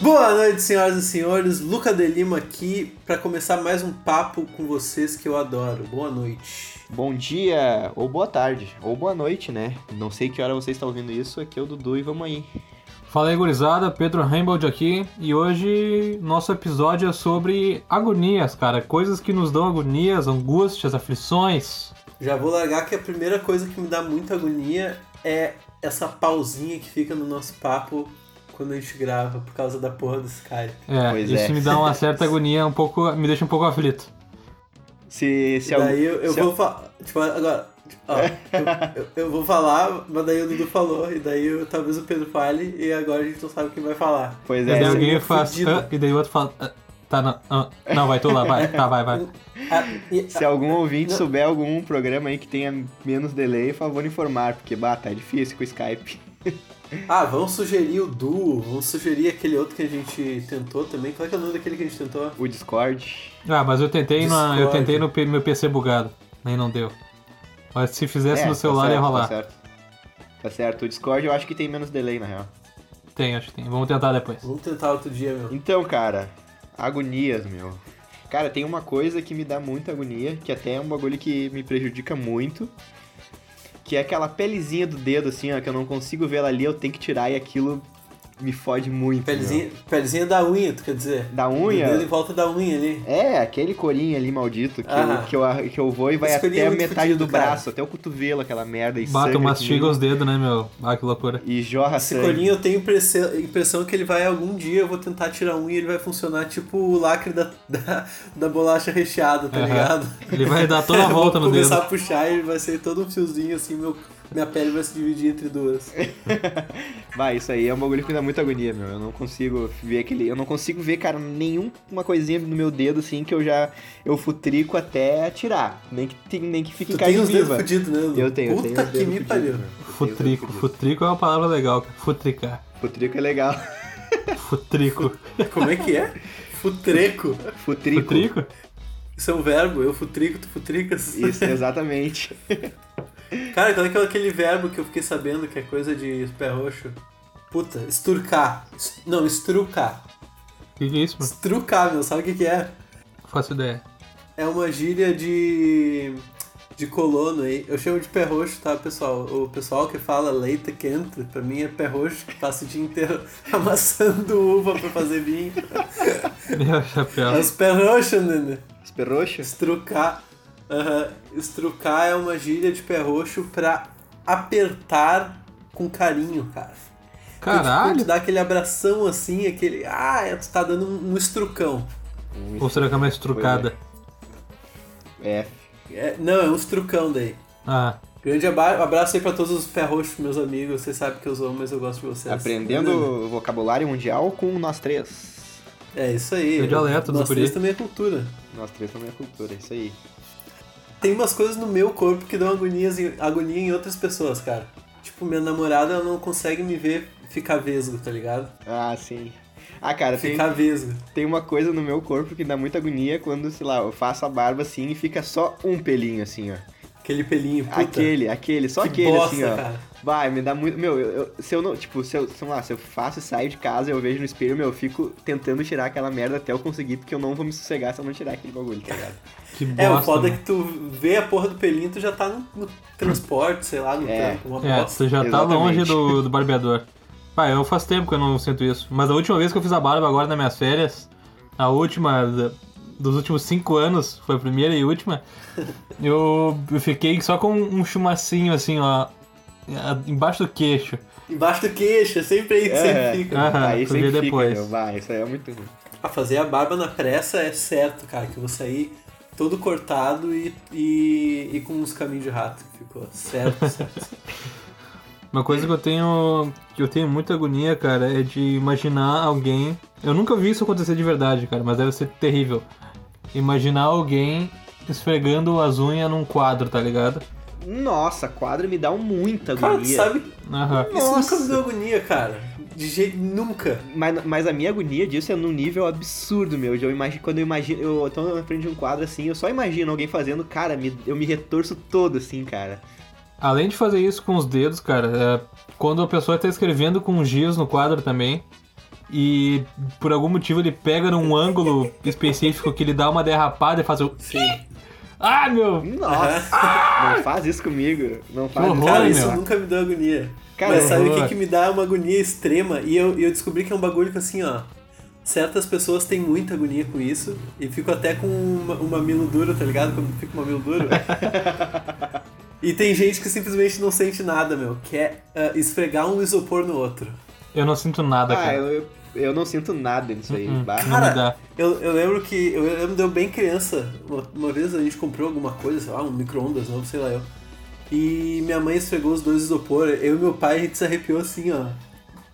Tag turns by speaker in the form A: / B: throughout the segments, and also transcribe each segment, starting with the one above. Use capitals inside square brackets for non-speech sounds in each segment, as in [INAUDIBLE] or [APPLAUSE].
A: Boa noite, senhoras e senhores. Luca de Lima aqui para começar mais um papo com vocês que eu adoro. Boa noite.
B: Bom dia, ou boa tarde, ou boa noite, né? Não sei que hora você está ouvindo isso, aqui é o Dudu e vamos aí.
C: Fala aí, gurizada. Pedro Rainbold aqui. E hoje nosso episódio é sobre agonias, cara. Coisas que nos dão agonias, angústias, aflições.
A: Já vou largar que a primeira coisa que me dá muita agonia é essa pausinha que fica no nosso papo quando a gente grava por causa da porra do Skype.
C: É,
B: Pois
C: isso
B: é.
C: me dá uma certa agonia, um pouco, me deixa um pouco aflito.
B: Se, se
A: E
B: algum-
A: daí eu, eu
B: se
A: vou falar. Tipo, agora. tipo, ó, eu, eu- eu vou falar, mas daí o Dudu falou, e daí eu- talvez o Pedro fale, e agora a gente não sabe quem vai falar.
B: al- Pois
C: e daí
B: é,
C: [LAUGHS]
B: se,
C: alguém faz.
A: fudido.
C: "Ah", e daí o outro fala. "Ah, tá, não. ah, não, vai tu lá, vai. Tá, vai, vai.
A: Ah, e-
B: se algum ouvinte souber algum programa aí que tenha menos delay, por favor, informar, porque, bah, tá difícil com o Skype.
A: Ah, vão sugerir o duo, vão sugerir aquele outro que a gente tentou também. Qual é, que é o nome daquele que a gente tentou?
B: O Discord.
C: Ah, mas eu tentei, na, eu
A: Discord.
C: tentei no P- meu PC bugado. Nem não deu. Mas se fizesse
B: É,
C: no
B: tá
C: celular ia
B: certo,
C: rolar.
B: Tá certo. Tá certo, o Discord eu acho que tem menos delay, na real.
C: Tem, acho que tem. Vamos tentar depois.
A: Vamos tentar outro dia, meu.
B: Então, cara, agonias, meu. Cara, tem uma coisa que me dá muita agonia, que até é um bagulho que me prejudica muito, que é aquela pelezinha do dedo, assim, ó, que eu não consigo ver ela ali, eu tenho que tirar e aquilo me fode muito.
A: Pelezinha, pelezinha da unha, tu quer dizer?
B: meu. Da
A: Do dedo em
B: unha?
A: volta da unha ali.
B: É, aquele corinho ali maldito que,
A: Ah.
B: eu, que, eu, ar- que eu vou e vai
A: Esse corinho é
B: até a
A: muito
B: metade
A: fudido,
B: do
A: cara.
B: braço, até o cotovelo, aquela merda e
C: Bato,
B: sangra
C: mastiga
B: que
C: os dedos, né, meu? Ah, que loucura.
B: nem- E jorra
A: Esse
B: sangue.
A: colinho eu tenho impressão, impressão que ele vai algum dia, eu vou tentar tirar um e ele vai funcionar tipo o lacre da, da, da bolacha recheada, tá
C: Aham.
A: ligado?
C: Ele vai
B: Tá [LAUGHS]
C: dar toda a
A: [LAUGHS]
C: volta
A: eu
C: no
A: vou
C: dedo.
A: começar a puxar e ele vai ser todo um fiozinho assim, meu, minha pele vai se dividir entre duas.
B: Vai, isso aí é um bagulho que me dá muita agonia, meu. Eu não consigo ver aquele. Eu não consigo ver, cara, nenhuma coisinha no meu dedo assim que eu já. Eu futrico até tirar. Nem que, tem- nem que fique
A: Tu
B: em
A: tem
B: carne
A: os dedos
B: viva.
A: fudidos, né? Dudu?
B: Eu tenho, eu
A: Puta
B: tenho os
A: que
B: dedos
A: me
B: fudidos,
A: pariu.
B: meu. Eu tenho os dedos
C: Futrico.
B: fudidos.
C: Futrico é uma palavra legal. cara. Futricar.
B: Futrico é legal. [LAUGHS]
A: [LAUGHS]
C: Futrico.
B: né?
A: Como é que é? Futreco.
B: Futrico.
C: Futrico?
A: Isso é um verbo, eu futrico, tu futricas.
B: Isso, exatamente.
A: [LAUGHS] Cara, qual é que é aquele verbo que eu fiquei sabendo que é coisa de pé roxo? Puta, esturcar. Es- Não, estrucar.
C: O que, que é isso, mano?
A: Estrucar, meu, sabe o que, que é?
C: Não faço ideia. [LAUGHS]
A: É uma gíria de. de colono aí. Eu chamo de pé roxo, tá, pessoal? O pessoal que fala leite quente, pra mim é pé roxo que passa o dia inteiro [LAUGHS] amassando uva pra fazer vinho.
C: Meu chapéu.
A: É os pé roxo, nenê.
B: Esperroxo?
A: Estrucar. Aham. Estrucar é uma gíria de pé roxo pra apertar com carinho, cara. Tu,
C: Caralho!
A: tipo, dá aquele abração assim, aquele. Ah, é, tu tá dando um, um estrucão.
C: Ou será que é uma estrucada?
B: Um É.
A: É, não, é um estrucão daí.
C: Ah,
A: Grande aba- abraço aí pra todos os pé roxos, meus amigos. Vocês sabem que eu sou, mas eu gosto de vocês.
B: Aprendendo o vocabulário mundial com nós três.
A: É isso aí.
C: O dialeto do
A: Nós
C: guri.
A: três também é cultura.
B: Nós três também é cultura, isso aí.
A: Tem umas coisas no meu corpo que dão agonias em- agonia em outras pessoas, cara. Tipo, minha namorada ela não consegue me ver ficar vesgo, tá ligado?
B: Ah, sim. Ah, cara, tem,
A: Ficar vesgo.
B: Tem uma coisa no meu corpo que dá muita agonia quando, sei lá, eu faço a barba assim e fica só um pelinho assim, ó.
A: Aquele pelinho, puta.
B: Aquele, aquele, só
A: que
B: aquele
A: bosta,
B: assim, ó.
A: cara.
B: Vai, me dá muito. Meu, eu, eu- se eu não. Tipo, se eu, sei lá, se eu faço e saio de casa, eu vejo no espelho, meu, eu fico tentando tirar aquela merda até eu conseguir, porque eu não vou me sossegar se eu não tirar aquele bagulho, tá ligado?
C: que bosta.
A: É, o foda é
C: né?
A: que tu vê a porra do pelinho, tu já tá no, no transporte, sei lá, no
B: É.
A: trampo, uma
C: É,
A: bosta.
C: você já tá
B: Exatamente.
C: longe do, do barbeador. Pai, eu faz tempo que eu não sinto isso. Mas a última vez que eu fiz a barba agora nas minhas férias, a última da- dos últimos cinco anos, foi a primeira
A: [LAUGHS]
C: e última, eu, eu fiquei só com um chumacinho assim, ó, a- embaixo do queixo.
A: Embaixo do queixo, é [LAUGHS] sempre aí que
B: É.
A: sempre fica.
C: Aham,
B: aí
C: tu
B: sempre
C: vê
B: fica,
C: depois.
B: meu, vai, isso aí é muito ruim.
A: Ah, fazer a barba na pressa é certo, cara, que eu vou sair todo cortado e, e, e com uns caminhos de rato. Ficou
B: [LAUGHS]
A: certo, certo.
C: Uma coisa que eu tenho. que eu tenho muita agonia, cara, é de imaginar alguém. Eu nunca vi isso acontecer de verdade, cara, mas deve ser terrível. Imaginar alguém esfregando as unhas num quadro, tá ligado?
B: Nossa, quadro me dá muita
A: cara, tu
B: agonia.
A: sabe,
C: Aham.
A: isso nunca
B: Nossa.
A: me deu agonia, cara. De jeito nunca.
B: Mas, mas a minha agonia disso é num nível absurdo, meu. Eu imagino, quando eu imagino, eu tô na frente de um quadro assim, eu só imagino alguém fazendo, cara, me- eu me retorço todo assim, cara.
C: Além de fazer isso com os dedos, cara, é, quando a pessoa tá escrevendo com giz no quadro também, e por algum motivo ele pega num ângulo específico que ele dá uma derrapada e faz o.
A: Sim.
C: Ah, meu!
B: Nossa! Não faz isso comigo. Não faz
C: Que horror.
B: isso.
A: Cara, isso
C: meu.
A: nunca me deu agonia.
B: Cara,
A: Mas sabe o que,
C: horror.
A: que me dá uma agonia extrema? E eu, eu descobri que é um bagulho que assim, ó. Certas pessoas têm muita agonia com isso e fico até com uma- um mamilo duro, tá ligado? Quando fica um mamilo duro. e tem gente que simplesmente não sente nada, meu. Que é ah, esfregar um isopor no outro.
C: Eu não sinto nada,
B: Ah,
C: cara. Uhum.
B: eu, eu- eu não sinto nada nisso aí. bah.
C: Não me
A: Cara,
C: dá.
A: Eu, eu lembro que. Eu lembro de eu bem criança. Uma, uma vez a gente comprou alguma coisa, sei lá, um micro-ondas, não sei lá eu. E minha mãe esfregou os dois isopor. Eu e meu pai, a gente se arrepiou assim, ó.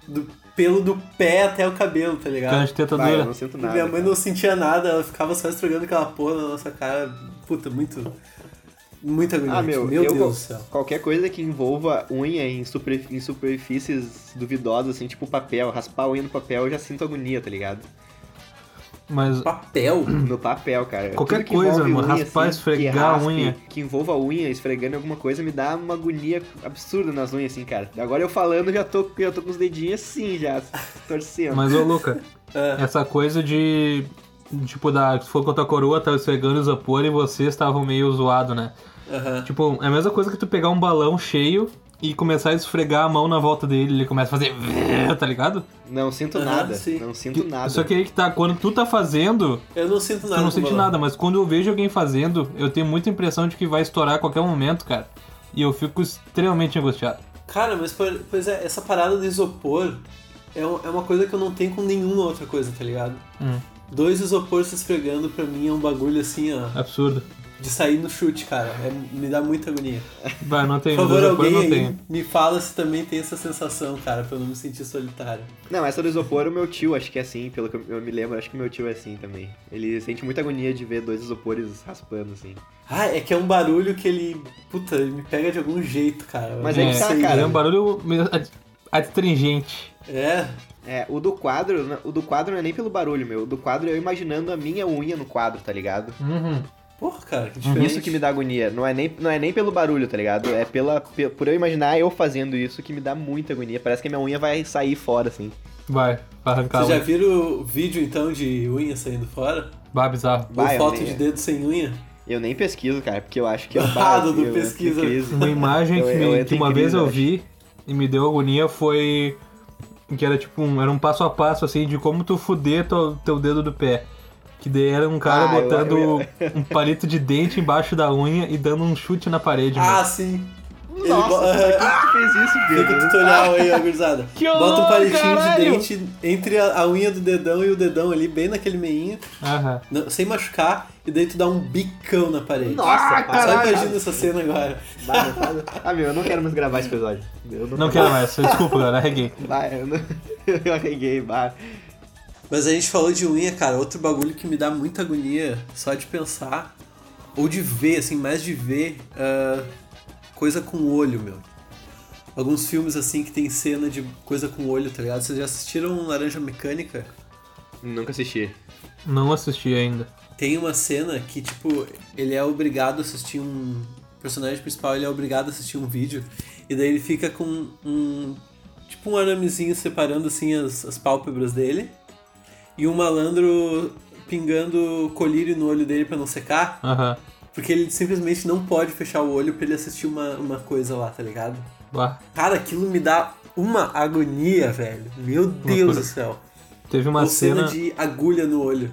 A: Do pelo do pé até o cabelo, tá
C: Cara
A: ligado?
C: de teta
B: Bah, eu
C: dura.
B: não sinto
A: E
B: nada.
A: minha mãe
B: cara.
A: não sentia nada, ela ficava só esfregando aquela porra na nossa cara. Puta, muito. Muito agoniante.
B: Ah, meu, eu
A: Deus
B: go-
A: do céu.
B: Qualquer coisa que envolva unha em, super- em superfícies duvidosas, assim, tipo papel, raspar a unha no papel, eu já sinto agonia, tá ligado? [CLEARS THROAT]
C: Mas
A: Papel?
B: No papel, cara.
C: Qualquer
B: Tudo que
C: coisa,
B: envolve
C: mano,
B: unha,
C: raspar,
B: assim,
C: esfregar
B: que
C: a unha.
B: Que envolva a unha esfregando em alguma coisa me dá uma agonia absurda nas unhas, assim, cara. Agora eu falando, já tô, já tô com os dedinhos assim, já, torcendo.
C: Mas, ô, Luca,
A: Ah.
C: essa coisa de. Tipo, da, se for com a tua coroa, tava esfregando o isopor e vocês estavam meio zoado, né?
A: Aham.
C: Tipo, é a mesma coisa que tu pegar um balão cheio e começar a esfregar a mão na volta dele, ele começa a fazer. [LAUGHS] tá ligado?
B: Não sinto
A: Aham,
B: nada,
A: sim.
B: não sinto nada.
C: Só que aí que tá, quando tu tá fazendo,
A: Eu não sinto nada.
C: tu não
A: com
C: sente
A: balão.
C: nada, mas quando eu vejo alguém fazendo, eu tenho muita impressão de que vai estourar a qualquer momento, cara. E eu fico extremamente angustiado.
A: Cara, mas por- pois é, essa parada do isopor é, um- é uma coisa que eu não tenho com nenhuma outra coisa, tá ligado?
C: Hum.
A: Dois isopor se esfregando pra mim é um bagulho assim, ó,
C: Absurdo.
A: de sair no chute, cara. É- me dá muita agonia.
C: Vai, não
A: Por
C: tenho.
A: favor,
C: isopor,
A: alguém
C: não
A: aí
C: tenho.
A: me fala se também tem essa sensação, cara, pra eu não me sentir solitário.
B: Não, essa do isopor, o meu tio acho que é assim, pelo que eu eu me lembro, acho que meu tio é assim também. Ele sente muita agonia de ver dois isopores raspando, assim.
A: Ah, é que é um barulho que ele. Puta, ele me pega de algum jeito, cara. Eu
B: Mas
A: não
B: é que tá,
A: sei.
B: cara.
C: É um barulho meio ad- adstringente.
A: É,
B: É, o do quadro, né, o do quadro não é nem pelo barulho, meu. O do quadro é eu imaginando a minha unha no quadro, tá ligado?
C: Uhum.
A: porra, cara, que diferente.
B: Isso que me dá agonia. Não é, nem, não é nem pelo barulho, tá ligado? É pela, pe- por eu imaginar eu fazendo isso que me dá muita agonia. Parece que a minha unha vai sair fora, assim.
C: Vai, vai arrancar.
A: Vocês já
C: Já...
A: viram o vídeo então de unha saindo fora?
C: Vai, bizarro.
B: Vai,
A: Ou foto
B: Almeida.
A: de dedo sem unha?
B: Eu nem pesquiso, cara, porque eu acho que é
A: [LAUGHS] Ah, Dudu,
B: eu-
A: pesquisa.
B: que crise.
C: Uma imagem
B: Eu-
C: que,
B: eu
C: me-
B: entro
C: que
B: em
C: uma
B: crise,
C: vez eu
B: acho.
C: vi e me deu agonia foi. Que era tipo um. Era um passo a passo assim de como tu fuder teu, teu dedo do pé. Que daí era um cara
B: Ah, eu-
C: botando
B: eu-
C: um palito de dente embaixo da unha e dando um chute na parede.
A: Ah, sim.
B: Nossa,
A: Ele-
B: por que tu fez
A: [LAUGHS]
B: isso,
A: Fica o
B: Pedro?
A: tutorial aí, ó, gurizada.
C: Que
A: Bota um
C: horror,
A: palitinho
C: caralho!
A: de dente entre a, a unha do dedão e o dedão ali, bem naquele meinho,
C: meu. Aham.
A: não- sem machucar, e daí tu dá um bicão na parede.
B: Nossa,
A: Só
B: caralho!
A: imagina essa cena agora.
B: Vai, não faz- Ah, meu, eu não quero mais gravar esse episódio. Eu não,
C: Não quero mais, desculpa, galera, arreguei.
B: Vai, eu, não... [LAUGHS] eu arreguei, vai.
A: Mas a gente falou de unha, cara, outro bagulho que me dá muita agonia só de pensar, ou de ver, assim, mais de ver, ah, coisa com olho, meu. Alguns filmes, assim, que tem cena de coisa com olho, tá ligado? Vocês já assistiram Laranja Mecânica?
B: Nunca assisti.
C: Não assisti ainda.
A: Tem uma cena que, tipo, ele é obrigado a assistir um. O personagem principal ele é obrigado a assistir um vídeo. E daí ele fica com um. Tipo um aramezinho separando assim as, as pálpebras dele. E um malandro pingando colírio no olho dele pra não secar.
C: Aham.
A: Porque ele simplesmente não pode fechar o olho pra ele assistir uma, uma coisa lá, tá ligado?
C: Bah.
A: Cara, aquilo me dá uma agonia, velho. Meu Deus do céu.
C: Teve uma
A: Uma cena
C: cena.
A: de agulha no olho.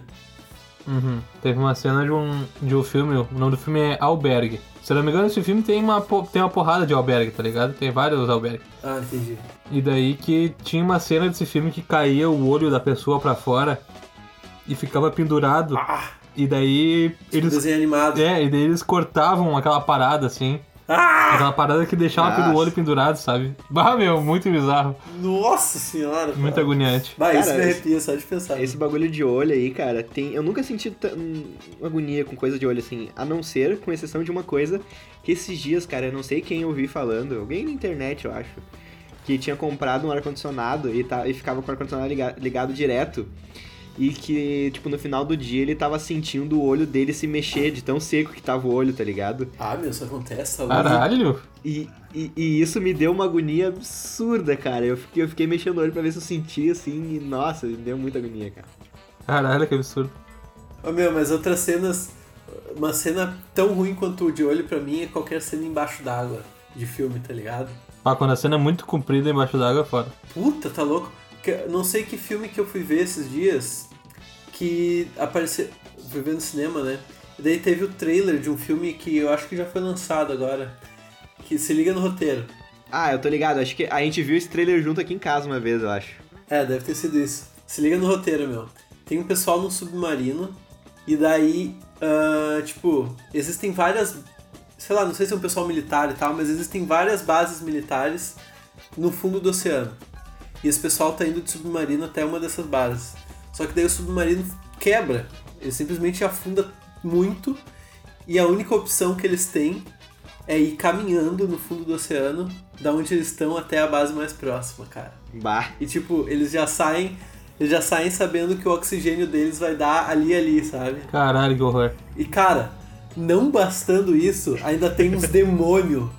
C: Uhum. Teve uma cena de um, de um filme, o nome do filme é Albergue. Se eu não me engano, esse filme tem uma, po- tem uma porrada de albergue, tá ligado? Tem vários albergues.
A: Ah, entendi.
C: E daí que tinha uma cena desse filme que caía o olho da pessoa pra fora e ficava pendurado. E daí
A: Tipo
C: Ah, eles.
A: desenho animado.
C: É, e daí eles cortavam aquela parada assim. Aquela parada que deixava
B: Nossa.
C: o olho pendurado, sabe? [LAUGHS] Bah, meu, muito bizarro.
A: Nossa senhora! cara.
C: Muito agoniante.
A: Bah, isso
B: Cara,
A: me
B: esse-
A: arrepia só de pensar.
B: Esse bagulho de olho aí, cara, tem. Eu nunca senti tan- agonia com coisa de olho assim, a não ser com exceção de uma coisa que esses dias, cara, eu não sei quem eu vi falando, alguém na internet, eu acho, que tinha comprado um ar-condicionado e, tá, e ficava com o ar-condicionado liga- ligado, direto. E que, tipo, no final do dia ele tava sentindo o olho dele se mexer de tão seco que tava o olho, tá ligado?
A: Ah, meu, isso acontece saúde.
C: Caralho!
B: E, e, e isso me deu uma agonia absurda, cara. Eu fiquei, eu fiquei mexendo o olho pra ver se eu sentia assim, e nossa, me deu muita agonia, cara.
C: Caralho, que absurdo.
A: Ô, meu, mas outras cenas. Uma cena tão ruim quanto o de olho pra mim é qualquer cena embaixo d'água de filme, tá ligado?
C: Ah, quando a cena é muito comprida embaixo d'água, é foda.
A: Puta, tá louco? Que- Não sei que filme que eu fui ver esses dias que apareceu. Fui ver no cinema, né? E daí teve o trailer de um filme que eu acho que já foi lançado agora. Que se liga no roteiro.
B: Ah, eu tô ligado, acho que a gente viu esse trailer junto aqui em casa uma vez, eu acho.
A: É, deve ter sido isso. Se liga no roteiro, meu. Tem um pessoal num submarino, e daí, ah, tipo, existem várias. Sei lá, não sei se é um pessoal militar e tal, mas existem várias bases militares no fundo do oceano. E esse pessoal tá indo de submarino até uma dessas bases. Só que daí o submarino quebra, ele simplesmente afunda muito, e a única opção que eles têm é ir caminhando no fundo do oceano, da onde eles estão até a base mais próxima, cara.
B: Bah.
A: E tipo, eles já saem, eles já saem sabendo que o oxigênio deles vai dar ali e ali, sabe?
C: Caralho, que horror.
A: E cara, não bastando isso, ainda tem uns demônio,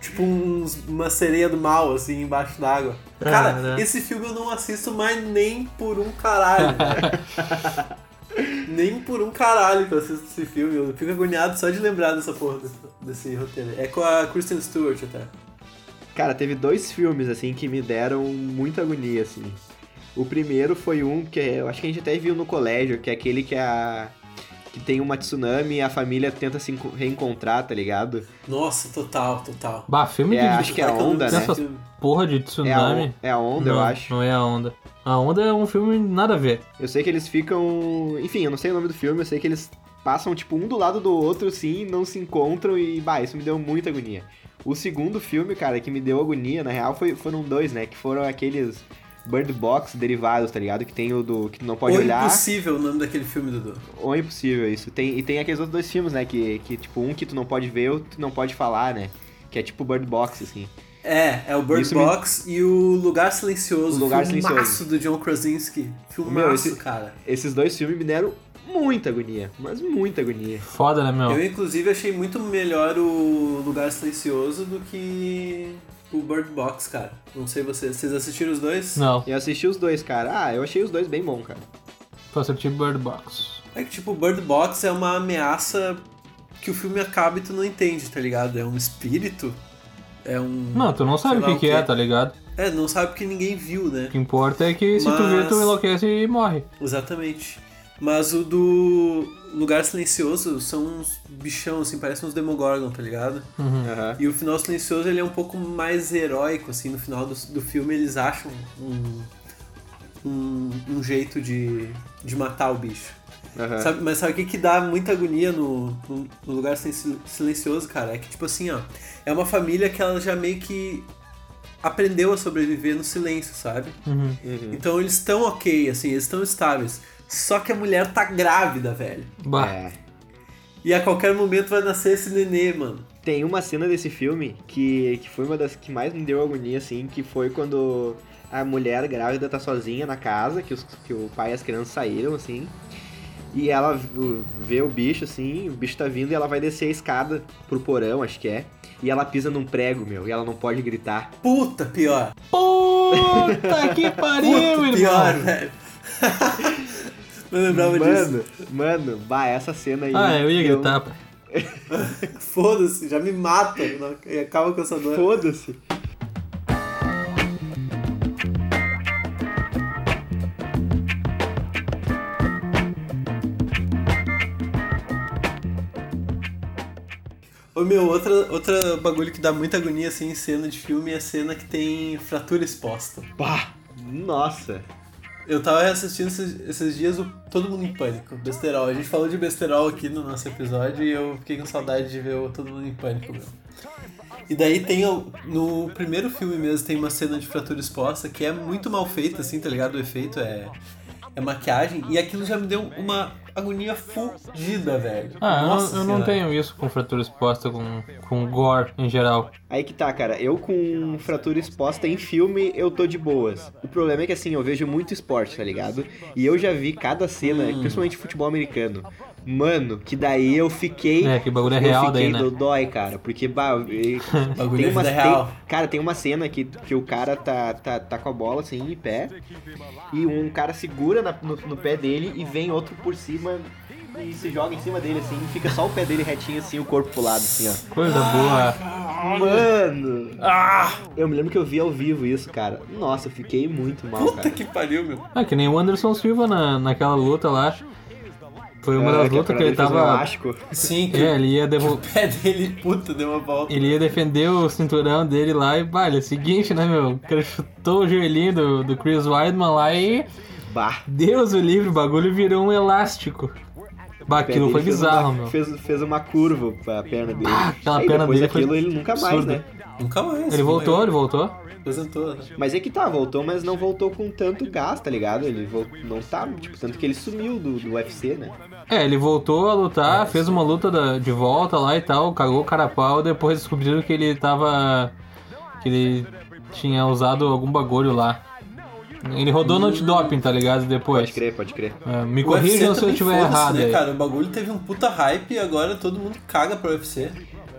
A: tipo uns, uma sereia do mal assim embaixo d'água. Cara,
C: Caraca.
A: esse filme eu não assisto mais nem por um caralho. velho. Nem por um caralho que eu assisto esse filme. Eu fico agoniado só de lembrar dessa porra desse, desse roteiro. É com a Kristen Stewart até.
B: Cara, teve dois filmes, assim, que me deram muita agonia, assim. O primeiro foi um que eu acho que a gente até viu no colégio, que é aquele que a. que tem uma tsunami e a família tenta se enco- reencontrar, tá ligado?
A: Nossa, total, total.
C: Bah, filme
B: É,
C: de
B: acho que é a
A: Como é o nome
B: onda,
A: desse
B: né?
C: Essas-
A: filme?
C: porra de
B: É a,
C: tsunami.
B: on- é a onda,
C: não,
B: eu acho.
C: Não é a onda. A onda é um filme nada a ver.
B: Eu sei que eles ficam. Enfim, eu não sei o nome do filme, eu sei que eles passam, tipo, um do lado do outro, assim, não se encontram e, bah, isso me deu muita agonia. O segundo filme, cara, que me deu agonia, na real, foi, foram dois, né? Que foram aqueles Bird Box derivados, tá ligado? Que tem o do. que tu não pode
A: Ou
B: olhar.
A: Impossível o nome daquele filme, Dudu.
B: Ou impossível isso. Tem, e tem aqueles outros dois filmes, né? Que, que, tipo, um que tu não pode ver, outro tu não pode falar, né? Que é tipo Bird Box, assim.
A: É, é o Bird
B: Isso me-
A: Box e o Lugar Silencioso.
B: O Lugar
A: filmaço
B: Silencioso.
A: do John Krasinski. Filmaço,
B: Meu, esse-
A: cara.
B: Esses dois filmes me deram muita agonia, mas muita agonia.
C: Foda, né, meu?
A: Eu, inclusive, achei muito melhor o Lugar Silencioso do que o Bird Box, cara. Não sei vocês. Vocês assistiram os dois?
C: Não,
B: Eu assisti os dois, cara. Ah, eu achei os dois bem bom, cara.
C: só assisti tipo Bird Box.
A: É que, tipo, o Bird Box é uma ameaça que o filme acaba e tu não entende, tá ligado? É um espírito. É um.
C: Não, tu não sabe
A: Sei
C: o
A: lá
C: que,
A: o
C: que
A: quê.
C: é, tá ligado?
A: É, não sabe porque ninguém viu, né?
C: O que importa é que se tu vê, tu
A: Mas-
C: enlouquece e morre.
A: Exatamente. Mas o do Lugar Silencioso são uns bichão, assim, parecem uns Demogorgon, tá ligado?
C: Uhum,
B: Aham.
A: E o final silencioso ele é um pouco mais heróico, assim, no final do, do filme eles acham um, um, um jeito de, de matar o bicho.
B: aham.
A: Sabe- mas sabe o que, que dá muita agonia no, no- no lugar Silen- silencioso, cara? É que, tipo assim, ó, é uma família que ela já meio que aprendeu a sobreviver no silêncio, sabe?
C: Uhum.
B: Uhum.
A: Então eles estão ok, assim, eles estão estáveis. Só que a mulher tá grávida, velho.
C: Bah.
B: É.
A: E a qualquer momento vai nascer esse nenê, mano.
B: Tem uma cena desse filme que, que foi uma das que mais me deu agonia, assim, que foi quando a mulher grávida tá sozinha na casa, que, os, que o pai e as crianças saíram, assim, e ela v- vê o bicho, assim, o bicho tá vindo e ela vai descer a escada pro porão, acho que é, e ela pisa num prego, meu, e ela não pode gritar.
A: Puta pior.
C: Puta que pariu,
A: Puta,
C: irmão!
A: pior, velho. [LAUGHS] Não lembrava disso.
B: Mano, mano, bah, essa cena aí.
C: Ah, eu ia
B: deu-
C: gritar, pá.
A: Foda-se, já me mata. não- e Acaba com essa dor.
B: Foda-se.
A: Ô meu, outra, outra bagulho que dá muita agonia assim em cena de filme é a cena que tem fratura exposta.
B: Bah, nossa.
A: Eu tava assistindo esses, esses dias o Todo Mundo em Pânico, Besterol. A gente falou de Besterol aqui no nosso episódio e eu fiquei com saudade de ver o Todo Mundo em Pânico, meu. E daí tem, o- no primeiro filme mesmo, tem uma cena de fratura exposta que é muito mal feita, assim, tá ligado? O efeito é, é maquiagem. E aquilo já me deu uma agonia fugida, velho.
C: Ah, eu não-
A: Nossa
C: eu, não
A: Senhora.
C: tenho isso com fratura exposta, com, com gore em geral.
B: Aí que tá, cara. Eu com fratura exposta em filme, eu tô de boas. O problema é que assim, eu vejo muito esporte, tá ligado? E eu já vi cada cena,
C: Hum.
B: principalmente futebol americano. Mano, que daí eu fiquei.
C: É, que bagulho é
B: eu
C: real
B: fiquei
C: daí, né?
B: dodói, cara. Porque, bah,
C: [LAUGHS]
B: e-
A: Bagulho
B: tem
A: é vida
B: uma, tem-
A: real.
B: cara, tem uma cena que, que o cara tá, tá, tá com a bola assim em pé. E um cara segura na- no, no pé dele e vem outro por cima. E se joga em cima dele assim, e fica só o pé dele retinho assim, o corpo pro lado assim, ó.
C: Coisa boa.
B: Mano!
A: Ah,
B: Eu me lembro que eu vi ao vivo isso, cara. Nossa, eu fiquei muito mal,
A: Puta
B: cara.
A: que pariu, meu.
C: Ah, que nem o Anderson Silva na, naquela luta lá. Foi uma das
B: Ah,
C: lutas
B: a
C: que
B: cara dele
C: ele
B: fez um
C: tava.
B: elástico.
A: Sim, que
C: É, ele ia devolver.
A: o pé dele, puta, deu uma volta.
C: Ele ia defender o cinturão dele lá e, olha, seguinte, né, meu? O cara chutou o joelhinho do, do Chris Weidman lá e,
B: Bah.
C: Deus o livre, o bagulho virou um elástico. Bah,
B: O pé
C: aquilo
B: dele
C: foi
B: fez um
C: bizarro,
B: uma-
C: meu. Ah,
B: Fez, fez uma curva pra perna dele.
C: aquela
B: Aí
C: perna
B: depois
C: dele foi
B: daquilo ele nunca mais,
C: absurda.
B: né?
A: Nunca mais.
C: Ele
A: não
C: voltou, ele
A: lembro.
C: voltou.
A: Aposentou, né?
B: Mas é que tá, voltou, mas não voltou com tanto gás, tá ligado? Ele vol- não tá, tipo, tanto que ele sumiu do, do UFC, né?
C: É, ele voltou a
B: É,
C: lutar, fez uma luta da- de volta lá e tal, cagou o cara a pau, depois descobriram que ele tava. que ele tinha usado algum bagulho lá. Ele rodou no antidoping, tá ligado? Depois.
B: Pode crer, pode crer.
C: É, me
A: O UFC
C: corrijam se eu
A: também
C: estiver
A: foda-se,
C: errado
A: Né,
C: aí.
A: cara? O bagulho teve um puta hype e agora todo mundo caga pro UFC.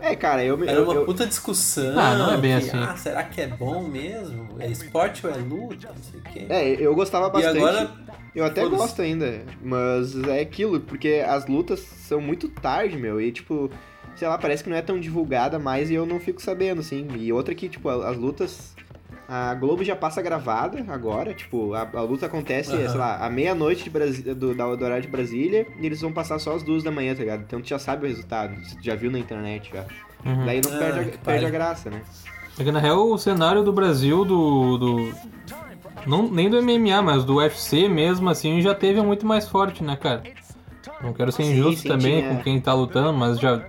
B: É, cara, eu me.
A: Era
B: Eu,
A: uma
B: eu,
A: puta discussão.
C: Ah, não é bem
A: que,
C: assim.
A: Ah, será que é bom mesmo? É esporte ou é luta? Não sei o quê.
B: é, eu gostava
A: e
B: bastante.
A: agora,
B: Eu até
A: Todos.
B: gosto ainda, mas é aquilo, porque as lutas são muito tarde, meu, e tipo, sei lá, parece que não é tão divulgada mais e eu não fico sabendo, assim. E outra que, tipo, a- as lutas. A Globo já passa gravada agora, tipo, a, a luta acontece,
A: Aham.
B: sei lá, à meia-noite de Brasi- do, da, do horário de Brasília, e eles vão passar só às duas da manhã, tá ligado? Então tu já sabe o resultado, tu já viu na internet já.
C: Uhum.
B: Daí não
A: Ah,
B: perde,
A: que
B: a, perde a
A: palha.
B: graça, né?
C: Porque na real o cenário do Brasil, do. do não, nem do MMA, mas do UFC mesmo, assim, já teve muito mais forte, né, cara? Não quero ser
B: Sim,
C: injusto
B: sim,
C: também
B: tinha.
C: com quem tá lutando, mas já.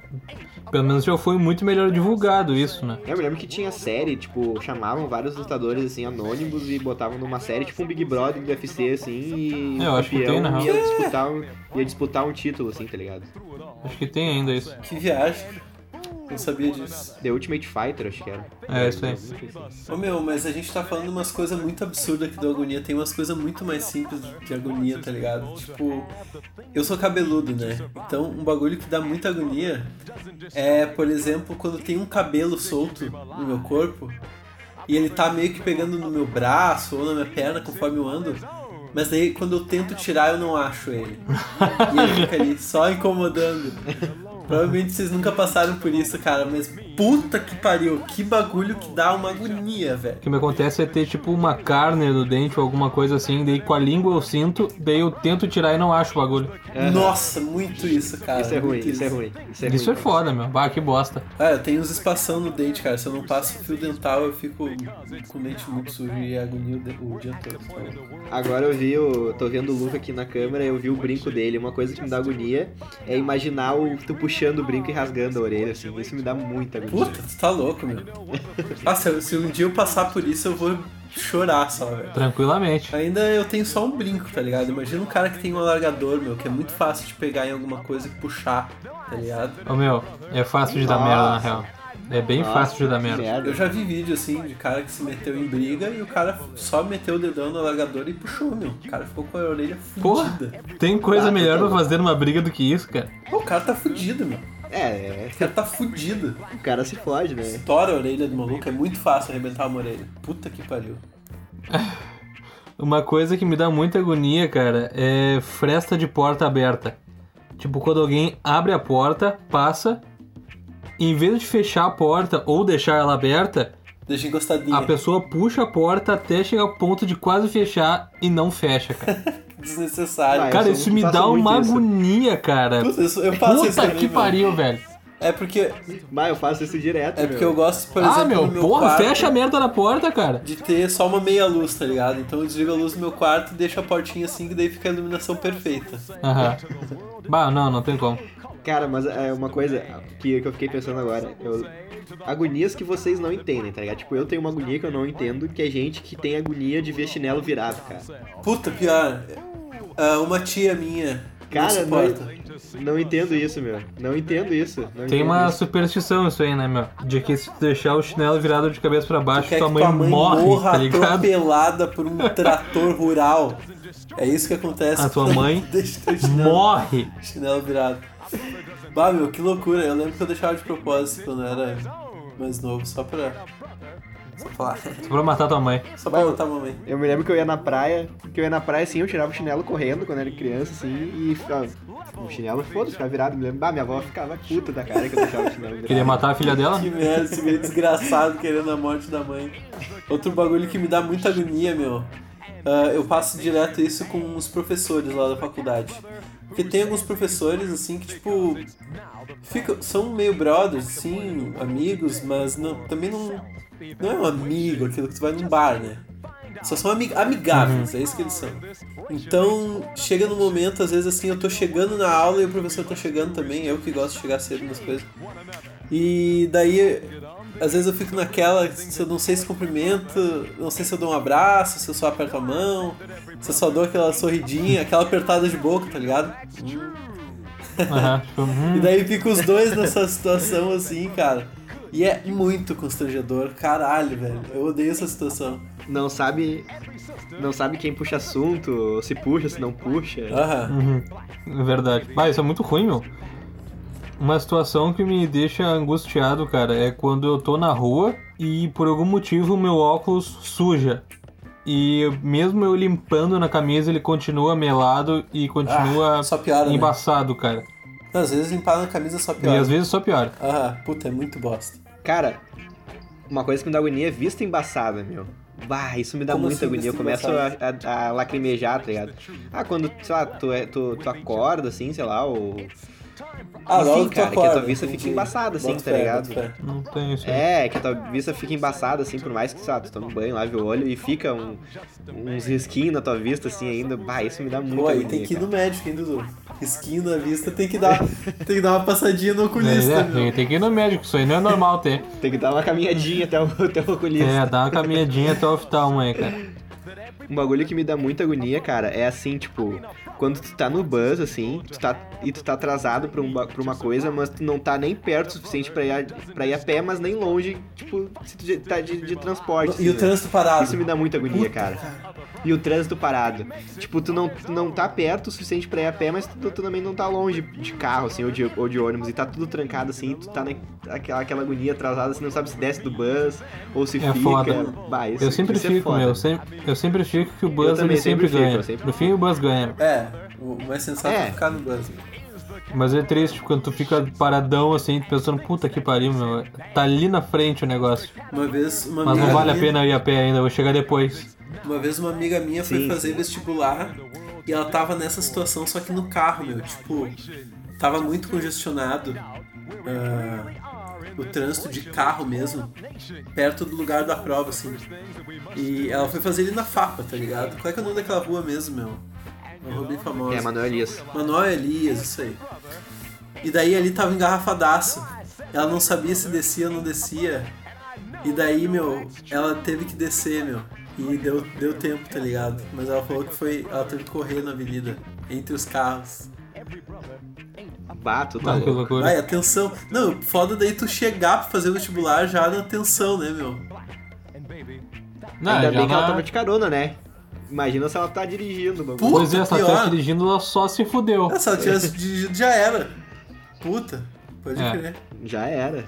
C: Pelo menos já foi muito melhor divulgado isso, né?
B: Eu me lembro que tinha série, tipo, chamavam vários lutadores, assim, anônimos e botavam numa série, tipo um Big Brother do UFC, assim, e
C: É, eu
B: o
C: acho que tem, na real.
B: ia disputar, um, ia disputar um título, assim, tá ligado?
C: Acho que tem ainda isso.
A: que viagem. Não sabia disso.
B: The Ultimate Fighter, acho que era.
C: É, isso aí.
A: Ô meu, mas a gente tá falando umas coisas muito absurdas aqui do Agonia. Tem umas coisas muito mais simples de agonia, tá ligado? Tipo, eu sou cabeludo, né? Então, um bagulho que dá muita agonia é, por exemplo, quando tem um cabelo solto no meu corpo e ele tá meio que pegando no meu braço ou na minha perna conforme eu ando. Mas daí quando eu tento tirar eu não acho ele. E ele fica ali só incomodando. Provavelmente vocês nunca passaram por isso, cara, mas puta que pariu, que bagulho que dá uma agonia, velho.
C: O que me acontece é ter tipo uma carne no dente ou alguma coisa assim, daí com a língua eu sinto, daí eu tento tirar e não acho o bagulho.
B: Aham.
A: Nossa, muito isso, cara.
B: Isso é ruim,
A: muito
B: isso é ruim. Isso é,
C: Isso é
B: ruim.
C: foda, meu. Bah, que bosta.
A: Ah, eu tenho uns espação no dente, cara. Se eu não passo fio dental, eu fico com o dente muito sujo e agonia o de- o dia todo. Então,
B: Agora eu vi, o, tô vendo o Luca aqui na câmera, eu vi o brinco dele. Uma coisa que me dá agonia é imaginar o, tu puxando o brinco e rasgando a orelha, assim. Isso me dá muita agonia.
A: Puta, tu tá louco, meu. [LAUGHS] Nossa, eu- se um dia eu passar por isso, eu vou chorar só, velho.
C: Tranquilamente.
A: Ainda eu tenho só um brinco, tá ligado? Imagina um cara que tem um alargador, meu, que é muito fácil de pegar em alguma coisa e puxar, tá ligado?
C: Ô meu, é fácil de dar
B: Nossa.
C: merda na real. É bem
B: Nossa,
C: fácil de dar
B: que
C: merda.
A: Eu já vi vídeo assim de cara que se meteu em briga e o cara só meteu o dedão no alargador e puxou, meu. O cara ficou com a orelha
C: Porra,
A: fudida.
C: tem coisa
B: Ah,
C: melhor
B: tá
C: pra
B: bom.
C: fazer numa briga do que isso, cara.
A: Pô, o cara tá fudido, meu. O
B: É, é,
A: cara tá fudido.
B: o cara se foge, né?
A: Estoura a orelha do maluco, é muito fácil arrebentar uma orelha. Puta que pariu.
C: Uma coisa que me dá muita agonia, cara, é fresta de porta aberta. Tipo, quando alguém abre a porta, passa, em vez de fechar a porta ou deixar ela aberta,
A: Deixa encostadinha.
C: a pessoa puxa a porta até chegar ao ponto de quase fechar e não fecha, cara.
A: Desnecessário.
B: Ah, eu
C: Cara,
B: sou-
C: isso me
B: faço
C: dá
B: muito
C: uma
B: isso.
C: agonia, cara.
A: Puta, isso- eu faço isso
C: Puta
A: também,
C: que
A: meu.
C: pariu, velho.
A: É porque,
B: Mas eu faço isso direto,
A: é
B: meu.
A: porque eu gosto, por
C: Ah,
A: exemplo,
C: meu,
A: no meu
C: porra,
A: quarto,
C: fecha a merda na porta, cara.
A: de ter só uma meia luz, tá ligado? Então eu desligo a luz do meu quarto e deixo a portinha assim, que daí fica a iluminação perfeita.
C: Aham. Bah, não, não tem como.
B: Cara, mas é uma coisa que, que eu fiquei pensando agora. Eu, agonias que vocês não entendem, tá ligado? Tipo, eu tenho uma agonia que eu não entendo, que é gente que tem agonia de ver chinelo virado, cara.
A: Puta, pior. Ah, uma É, tia minha,
B: Cara, não, é-
A: suporta.
B: não entendo isso, meu. Não entendo isso. Não
C: Tem
B: entendo
C: uma
B: isso.
C: superstição isso aí, né, meu? De que se tu deixar o chinelo virado de cabeça pra baixo,
A: Quer
C: tua
A: que
C: mãe,
A: tua mãe
C: morre,
A: morra
C: tá ligado?
A: atropelada por um trator rural. É isso que acontece.
C: A tua mãe
A: [LAUGHS] Deixa teu chinelo,
C: Morre!
A: chinelo virado. Bah, meu, que loucura. Eu lembro que eu deixava de propósito quando eu era mais novo, só pra. Só falar.
C: Só pra matar tua mãe.
A: Só pra botar a mamãe.
B: Eu me lembro que eu ia na praia, que eu ia na praia assim, eu tirava o chinelo correndo quando era criança, assim, e ficava. O chinelo, foda-se, ficava virado. Me lembro, ah, minha avó ficava puta da cara que eu deixava o chinelo virado.
C: Queria matar a
A: [LAUGHS]
C: filha dela?
A: Que merda, esse meio desgraçado querendo a morte da mãe. Outro bagulho que me dá muita agonia, meu. Ah, eu passo direto isso com os professores lá da faculdade. Porque tem alguns professores, assim, que, tipo, ficam, são meio brothers, sim, amigos, mas não, também não, não é um amigo aquilo que tu vai num bar, né? Só são ami- amigáveis, é isso que eles são. Então, chega no momento, às vezes assim, eu tô chegando na aula e o professor tá chegando também, eu que gosto de chegar cedo nas coisas. E daí, às vezes eu fico naquela, se eu não sei se cumprimento, não sei se eu dou um abraço, se eu só aperto a mão, se eu só dou aquela sorridinha, aquela apertada de boca, tá ligado?
C: Aham. Tipo,
A: E
C: hum,
A: daí fica os dois nessa situação assim, cara. E é muito constrangedor, caralho, velho. Eu odeio essa situação.
B: Não sabe. Não sabe quem puxa assunto, se puxa, se não puxa.
A: Aham.
C: uhum. É verdade. Ah, isso é muito ruim, meu. Uma situação que me deixa angustiado, cara, é quando eu tô na rua e por algum motivo o meu óculos suja. E eu- mesmo eu limpando na camisa, ele continua melado e continua
A: Ah, só piora, né?
C: embaçado, cara.
A: Não, às vezes limpar na camisa só
C: E às
A: piora.
C: vezes só piora.
A: Aham, puta, é muito bosta.
B: Cara, uma coisa que me dá agonia é vista embaçada, meu. Bah, isso me dá
A: Como
B: muita
A: assim,
B: agonia. Eu
A: vista
B: começo a, a- a lacrimejar, tá ligado? Ah, quando, sei lá, tu, é- tu, tu acorda, assim, sei lá, ou.
A: Ah, logo
B: Enfim,
A: tu
B: assim, cara, que a
A: acorda,
B: tua vista
A: entendi.
B: fica embaçada, assim,
A: Boto
B: tá
A: fé,
B: ligado?
A: boto fé.
C: Não tem isso. aí.
B: É, que a tua vista fica embaçada, assim, por mais que, sei lá, tu tome banho, lave o olho e fica um- uns risquinhos na tua vista, assim, ainda. Bah, isso me dá muito
A: Pô, aí
B: agonia,
A: tem que ir
B: cara.
A: no médico, hein, Dudu? Esquina à vista, tem que dar, tem que dar uma passadinha no
C: Mas
A: oculista,
C: é,
A: meu.
B: né?
C: tem, tem que ir no médico, isso aí não é normal
B: [LAUGHS]
C: ter.
B: Tem que dar uma caminhadinha até o, [LAUGHS] até o oculista.
C: É, dá uma caminhadinha até o oftalmo aí, cara.
B: Um bagulho que me dá muita agonia, cara, é assim, tipo, quando tu tá no bus, assim, tu tá, e tu tá atrasado pra, um, ba- pra uma coisa, mas tu não tá nem perto o suficiente pra ir, a, pra ir a pé, mas nem longe, tipo, se tu de- tá de, de transporte.
A: E
B: assim,
A: o
B: né?
A: trânsito parado.
B: Isso me dá muita agonia, cara. E o trânsito parado. Tipo, tu não, tu não tá perto o suficiente pra ir a pé, mas tu, tu também não tá longe de carro, assim, ou de, ou de ônibus. E tá tudo trancado, assim, tu tá naquela aquela agonia atrasada, assim, não sabe se desce do bus ou se
C: É
B: fica.
C: foda.
B: Bah, isso,
C: Eu sempre
B: isso é
C: fico,
B: foda.
C: meu. Eu sempre, eu sempre fico que o Buzz
B: também
C: ele
B: sempre
C: sempre,
B: fico,
C: ganha.
B: eu sempre
C: No fim o Buzz ganha.
A: É, o mais sensato é,
B: É.
A: ficar no bus.
C: Mas é triste quando tu fica paradão assim, pensando, puta que pariu, meu. Tá ali na frente o negócio.
A: Uma vez, uma
C: Mas não
A: amiga
C: vale a
A: minha-
C: pena eu ir a pé ainda, eu vou chegar depois.
A: Uma vez uma amiga minha foi
B: Sim,
A: fazer vestibular e ela tava nessa situação, só que no carro, meu. Tipo, tava muito congestionado. ah, o trânsito de carro mesmo, perto do lugar da prova, assim. E ela foi fazer ele na FAPA, tá ligado? Qual é, que é o nome daquela rua mesmo, meu? Uma rua bem famosa.
B: É, Manoel Elias.
A: Manoel Elias, isso aí. E daí ali tava engarrafadaço. Ela não sabia se descia ou não descia. E daí, meu, ela teve que descer, meu. E deu, deu tempo, tá ligado? Mas ela falou que foi. Ela teve que correr na avenida, entre os carros.
B: Bato, tá
C: Ah, que
B: louco.
C: loucura.
A: Ai, atenção. Não, foda daí tu chegar pra fazer vestibular já na tensão, né, meu?
C: Não, é.
B: Ainda
C: já
B: bem que ela
C: na-
B: tava de carona, né? Imagina se ela tá dirigindo, bagulho.
A: Puta,
C: Pois é, se ela
A: pior.
C: tá dirigindo, ela só se fudeu.
A: Ah, Se ela tivesse dirigido, já era. Puta, pode
C: É.
A: crer.
B: Já era.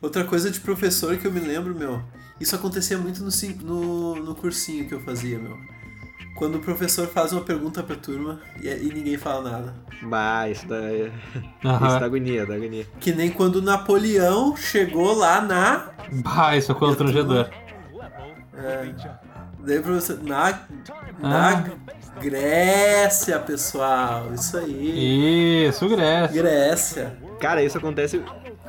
A: Outra coisa de professor que eu me lembro, meu, isso acontecia muito no, cin- no, no cursinho que eu fazia, meu. Quando o professor faz uma pergunta pra turma e, é, e ninguém fala nada.
B: Mas isso dá. Isso
C: Aham.
B: dá agonia, dá agonia.
A: Que nem quando o Napoleão chegou lá na.
C: Bah, isso é constrangedor.
A: Daí o né, professor. Na.
B: Ah.
A: Na Grécia, pessoal. Isso aí.
C: Isso, Grécia.
A: Grécia.
B: Cara, isso acontece.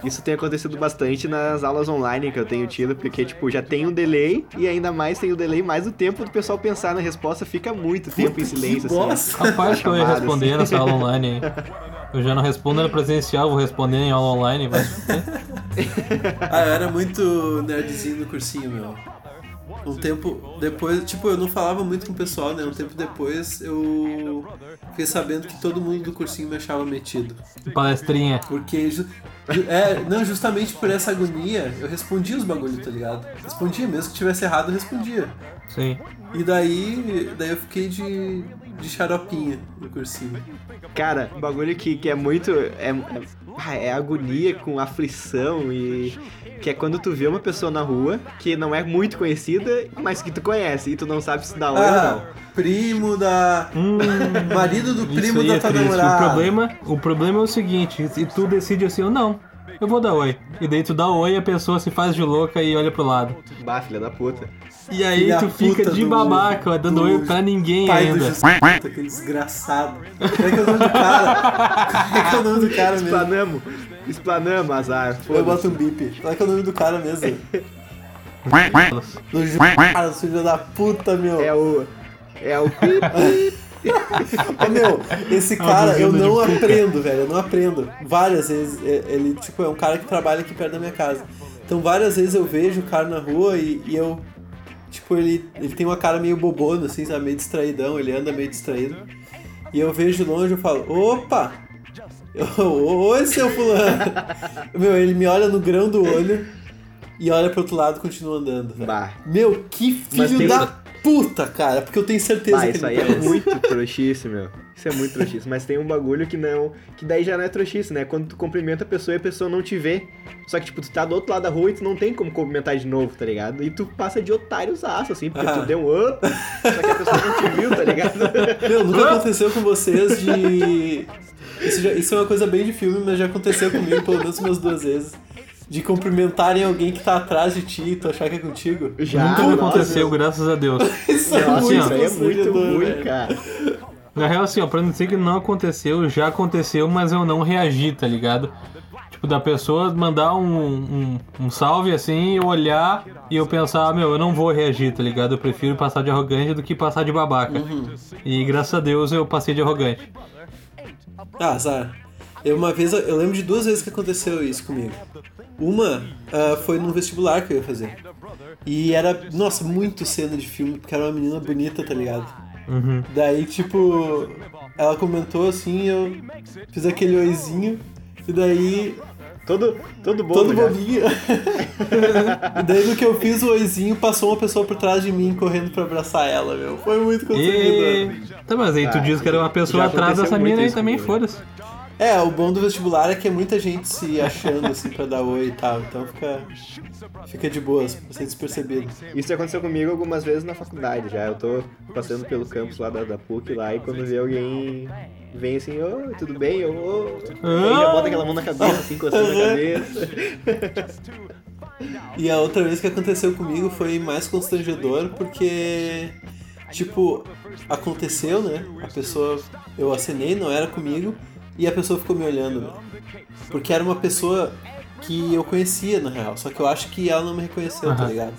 B: Isso tem acontecido bastante nas aulas online que eu tenho tido, porque, tipo, já tem um delay e ainda mais tem o delay, mais o tempo do pessoal pensar na resposta fica muito tempo em silêncio,
A: que
B: assim. ó.
A: bosta.
C: Rapaz, que eu ia
B: Chamada,
C: responder
B: assim.
C: nessa aula online, hein? Eu já não respondo na presencial, vou responder em
B: [LAUGHS]
C: aula online, mas.
A: Ah, eu era muito nerdzinho no cursinho, meu. um tempo depois, tipo, eu não falava muito com o pessoal, né? Um tempo depois eu fiquei sabendo que todo mundo do cursinho me achava metido.
C: Palestrinha.
A: Porque. ju- ju- É, não, justamente por essa agonia, eu respondia os bagulhos, tá ligado? Respondia, mesmo que tivesse errado, eu respondia.
C: Sim.
A: E daí, daí eu fiquei de, de xaropinha no cursinho.
B: Cara, um bagulho que, que é muito. É, é- ah, é agonia com aflição e. Que é quando tu vê uma pessoa na rua que não é muito conhecida, mas que tu conhece e tu não sabe se dá oi ou não.
A: Ah, primo da.
C: Hum,
A: Marido do primo
C: isso aí
A: da
C: é
A: tua
C: triste.
A: namorada.
C: O problema, o problema é o seguinte, e tu decide assim, ou não, eu vou dar oi. E daí tu dá oi e a pessoa se faz de louca e olha pro lado.
B: Bah, filha da puta.
C: E aí
A: Filha
C: é tu fica
A: puta
C: de
A: do-
C: babaca, ó, dando
A: do
C: oi pra ninguém
A: Pai do
C: ainda.
A: Jesus, puta, que desgraçado. Como é que é o nome do cara? Como é que é o nome do cara mesmo?
B: Explanamos. Explanamos, azar.
A: Eu
B: Foda-se.
A: boto um bip. Como é que é o nome do cara mesmo? [LAUGHS] Do Jesus, cara, filho da puta, meu.
B: É o. É o.
A: [LAUGHS] Ô, meu, esse cara, eu não aprendo, velho. Eu não aprendo. Várias vezes, é, ele, tipo, é um cara que trabalha aqui perto da minha casa. Então, várias vezes eu vejo o cara na rua e, e eu. Tipo, ele, ele tem uma cara meio bobona, assim, sabe? Meio distraidão, ele anda meio distraído. E eu vejo de longe e eu falo, opa! Eu, Oi, seu fulano! [LAUGHS] meu, ele me olha no grão do olho e olha pro outro lado e continua andando. velho.
B: Bah.
A: Meu, que
B: Mas
A: filho
B: tem
A: da
B: um-
A: puta, cara! Porque eu tenho certeza
B: Ah,
A: que
B: isso
A: ele tá
B: aí é
A: conhece.
B: muito trouxice, meu. Isso é muito trouxice. Mas tem um bagulho que não. Que daí já não é trouxice, né? Quando tu cumprimenta a pessoa e a pessoa não te vê. Só que, tipo, tu tá do outro lado da rua e tu não tem como cumprimentar de novo, tá ligado? E tu passa de otário zaço, assim, porque
A: Ah.
B: tu deu um up, só que a pessoa não te viu, tá ligado?
A: Meu, nunca aconteceu com vocês de. Isso, já- isso é uma coisa bem de filme, mas já aconteceu comigo pelo menos umas duas vezes. De cumprimentarem alguém que tá atrás de ti e tu achar que é contigo.
B: Já,
C: Nunca me
B: nossa.
C: aconteceu, graças a Deus.
A: Isso
B: Nossa, isso aí é muito
A: constrangedor,
B: ruim,
A: né, velho.
B: cara.
C: Na real, assim, ó, pra não dizer que não aconteceu, já aconteceu, mas eu não reagi, tá ligado? Tipo, da pessoa mandar um, um, um salve assim, eu olhar e eu pensar, ah, meu, eu não vou reagir, tá ligado? Eu prefiro passar de arrogante do que passar de babaca.
B: Uhum.
C: E graças a Deus eu passei de arrogante.
A: Ah, azar. Eu uma vez, eu lembro de duas vezes que aconteceu isso comigo. Uma ah, foi num vestibular que eu ia fazer. E era, nossa, muito cena de filme, porque era uma menina bonita, tá ligado?
C: Uhum.
A: Daí, tipo, ela comentou assim, eu fiz aquele oizinho, e daí
B: Todo, todo bom. né?
A: Todo
C: né? [LAUGHS]
A: bobinho. e daí no que eu fiz o oizinho, passou uma pessoa por trás de mim correndo pra abraçar ela, meu. Foi muito
C: E...
A: constrangedor.
C: Tá, mas aí tu
B: Ah,
C: diz que era uma pessoa
B: já
C: atrás
B: aconteceu
C: dessa
B: muito
C: mina aí
B: isso
C: também,
B: comigo. né?
C: foda-se.
A: É, o bom do vestibular é que é muita gente se achando assim pra dar oi e tal, então fica, fica de boas, pra ser despercebido.
B: Isso aconteceu comigo algumas vezes na faculdade já. Eu tô passando pelo campus lá da, da PUC lá e quando vê alguém vem assim, ô, tudo bem? Eu ô. Aí já bota aquela mão na cabeça, assim, encostando na cabeça.
A: E a outra vez que aconteceu comigo foi mais constrangedor porque, tipo, aconteceu, né? A pessoa, eu acenei, não era comigo, e a pessoa ficou me olhando, né? Porque era uma pessoa que eu conhecia, na real, só que eu acho que ela não me reconheceu, tá
C: Aham.
A: ligado?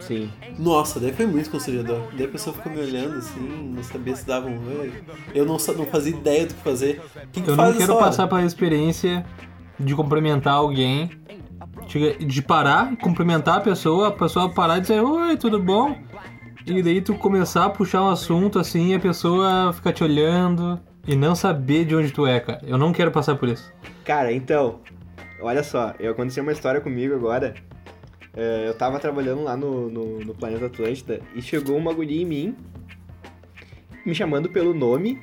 B: Sim.
A: Nossa, daí foi muito constrangedor. Daí a pessoa ficou me olhando assim, não sabia se dava um oi. Eu não, sa- não fazia ideia do que fazer. O que, que
C: Eu
A: faz
C: não quero
A: essa hora?
C: passar pela experiência de cumprimentar alguém, de, de parar e cumprimentar a pessoa, a pessoa parar e dizer oi, tudo bom? E daí tu começar a puxar um assunto assim e a pessoa ficar te olhando e não saber de onde tu é, cara. Eu não quero passar por isso.
B: Cara, então, olha só, eu- aconteceu uma história comigo agora. É, eu tava trabalhando lá no, no, no Planeta Atlântida e chegou uma guria em mim, me chamando pelo nome,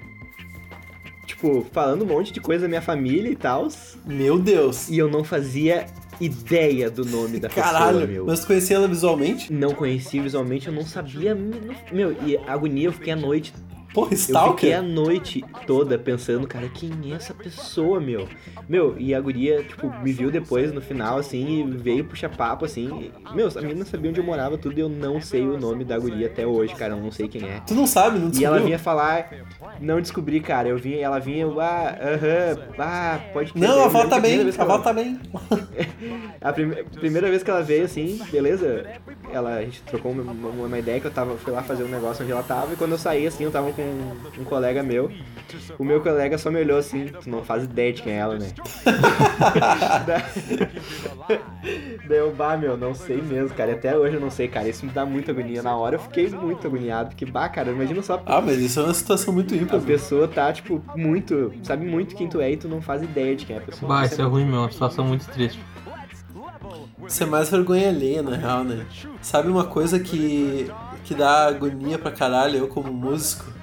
B: tipo, falando um monte de coisa da minha família e tal.
A: Meu Deus.
B: E eu não fazia ideia do nome da pessoa,
A: Caralho,
B: meu.
A: mas tu conhecia ela visualmente?
B: Não conheci visualmente, eu não sabia. Meu, e a agonia, eu fiquei a noite
A: Porra,
B: eu fiquei
A: Stalker?
B: a noite toda pensando, cara, quem é essa pessoa, meu? Meu, e a guria, tipo, me viu depois no final, assim, e veio puxar papo, assim. e- meu, a menina sabia onde eu morava, tudo, e eu não sei o nome da guria até hoje, cara, eu não sei quem é.
A: Tu não sabe, não
B: E
A: descobriu?
B: ela vinha falar, não descobri, cara, eu vinha, ela vinha, eu, ah, aham, ah, pode ter.
A: Não,
B: Eu
A: a
B: lembro
A: avó tá
B: que primeira
A: bem,
B: vez que
A: a avó
B: ela-
A: tá bem.
B: a prime- primeira vez que ela veio, assim, beleza? Ela, a gente trocou uma, uma- uma ideia que eu tava, fui lá fazer um negócio onde ela tava, e quando eu saí, assim, eu tava com um, um colega meu. O meu colega só me olhou assim, tu não faz ideia de quem é ela, né? [LAUGHS] Daí- Daí eu, bah, meu, não sei mesmo, cara. E Até hoje eu não sei, cara. Isso me dá muita agonia. Na hora eu fiquei muito agoniado, porque, bah, cara, imagina só
A: Ah, mas isso é uma situação muito
B: a
A: ímpar.
B: pessoa tá, tipo, muito. Sabe muito quem tu é e tu não faz ideia de quem é a pessoa.
C: Bah, isso é ruim, meu. Uma situação muito triste.
A: Isso é mais vergonha alheia, na real, né? Sabe uma coisa que, que dá agonia pra caralho, eu como músico?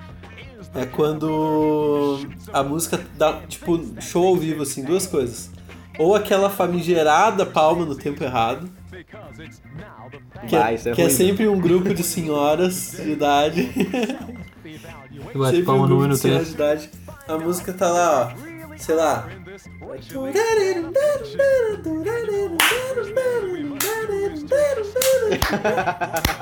A: É quando a música dá, tipo, show ao vivo, assim, duas coisas. Ou aquela famigerada palma no tempo errado, que,
B: bah,
A: é,
B: isso é
A: que é
B: ruim.
A: sempre um grupo de senhoras de idade.
C: Eu
A: [LAUGHS]
C: bate
A: sempre
C: palma
A: um grupo de
C: no tipo, número
A: senhoras
C: 3.
A: de idade. A música tá lá, ó, sei lá.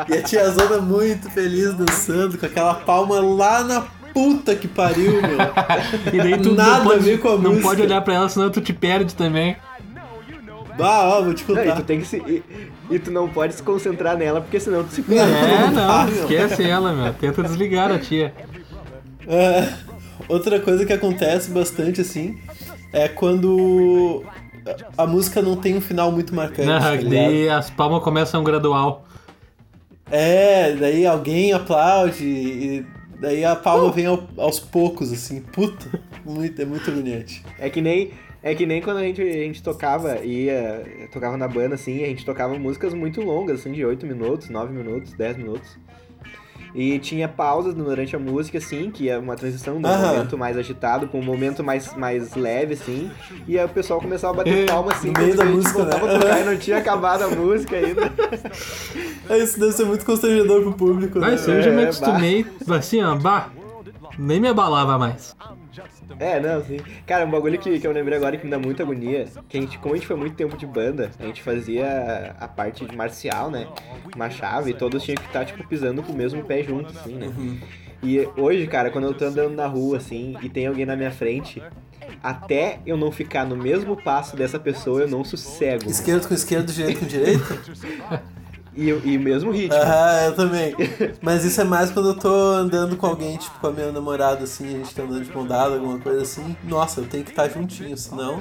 A: E a tiazona muito feliz dançando com aquela palma lá na puta que pariu, meu.
C: E daí tu
A: Nada
C: não pode,
A: a ver com a
C: não
A: música.
C: pode olhar pra ela, senão tu te perde também.
A: Bah, ó, vou te
B: Não, e
A: contar.
B: tu tem que se. E, e tu não pode se concentrar nela, porque senão tu se
A: Não. [LAUGHS]
B: perde.
C: É, não,
A: Ah, meu.
C: esquece ela, meu. Tenta desligar a tia.
A: É, outra coisa que acontece bastante assim é quando a a música não tem um final muito marcante.
C: Não,
A: tá ligado?
C: daí as palmas começam gradual.
A: É, daí alguém aplaude e daí a palma vem ao- aos poucos, assim. Puta, muito, é muito agoniante.
B: É que nem. É que nem quando a gente, a gente tocava e ia- tocava na banda, assim, a gente tocava músicas muito longas, assim, de 8 minutos, 9 minutos, 10 minutos. E tinha pausas durante a música, assim, que é uma transição de um
A: Aham.
B: momento mais agitado pra um momento mais, mais leve, assim. E aí o pessoal começava a bater
C: É,
B: palma, assim,
A: no meio
B: quando
A: da
B: a gente
A: música,
B: voltava
A: né?
B: a tocar e não tinha acabado a música ainda.
A: É, Isso deve ser muito constrangedor pro público, né?
C: Mas eu já
B: É,
C: me
B: bah.
C: acostumei, assim, ó, bah, nem me abalava mais.
B: É, não, sim. Cara, um bagulho que, que eu lembrei agora que me dá muita agonia, que a gente, como a gente foi muito tempo de banda, a gente fazia a parte de marcial, né? Uma chave, e todos tinham que estar, tipo, pisando com o mesmo pé junto, assim, né? E hoje, cara, quando eu tô andando na rua, assim, e tem alguém na minha frente, até eu não ficar no mesmo passo dessa pessoa, eu não sossego.
A: Esquerdo com esquerdo, direito com [LAUGHS] direito?
B: E, e mesmo ritmo.
A: Ah, eu também. Mas isso é mais quando eu tô andando com alguém, tipo, com a minha namorada, assim, a gente tá andando de mão dada, alguma coisa assim. Nossa, eu tenho que estar juntinho, senão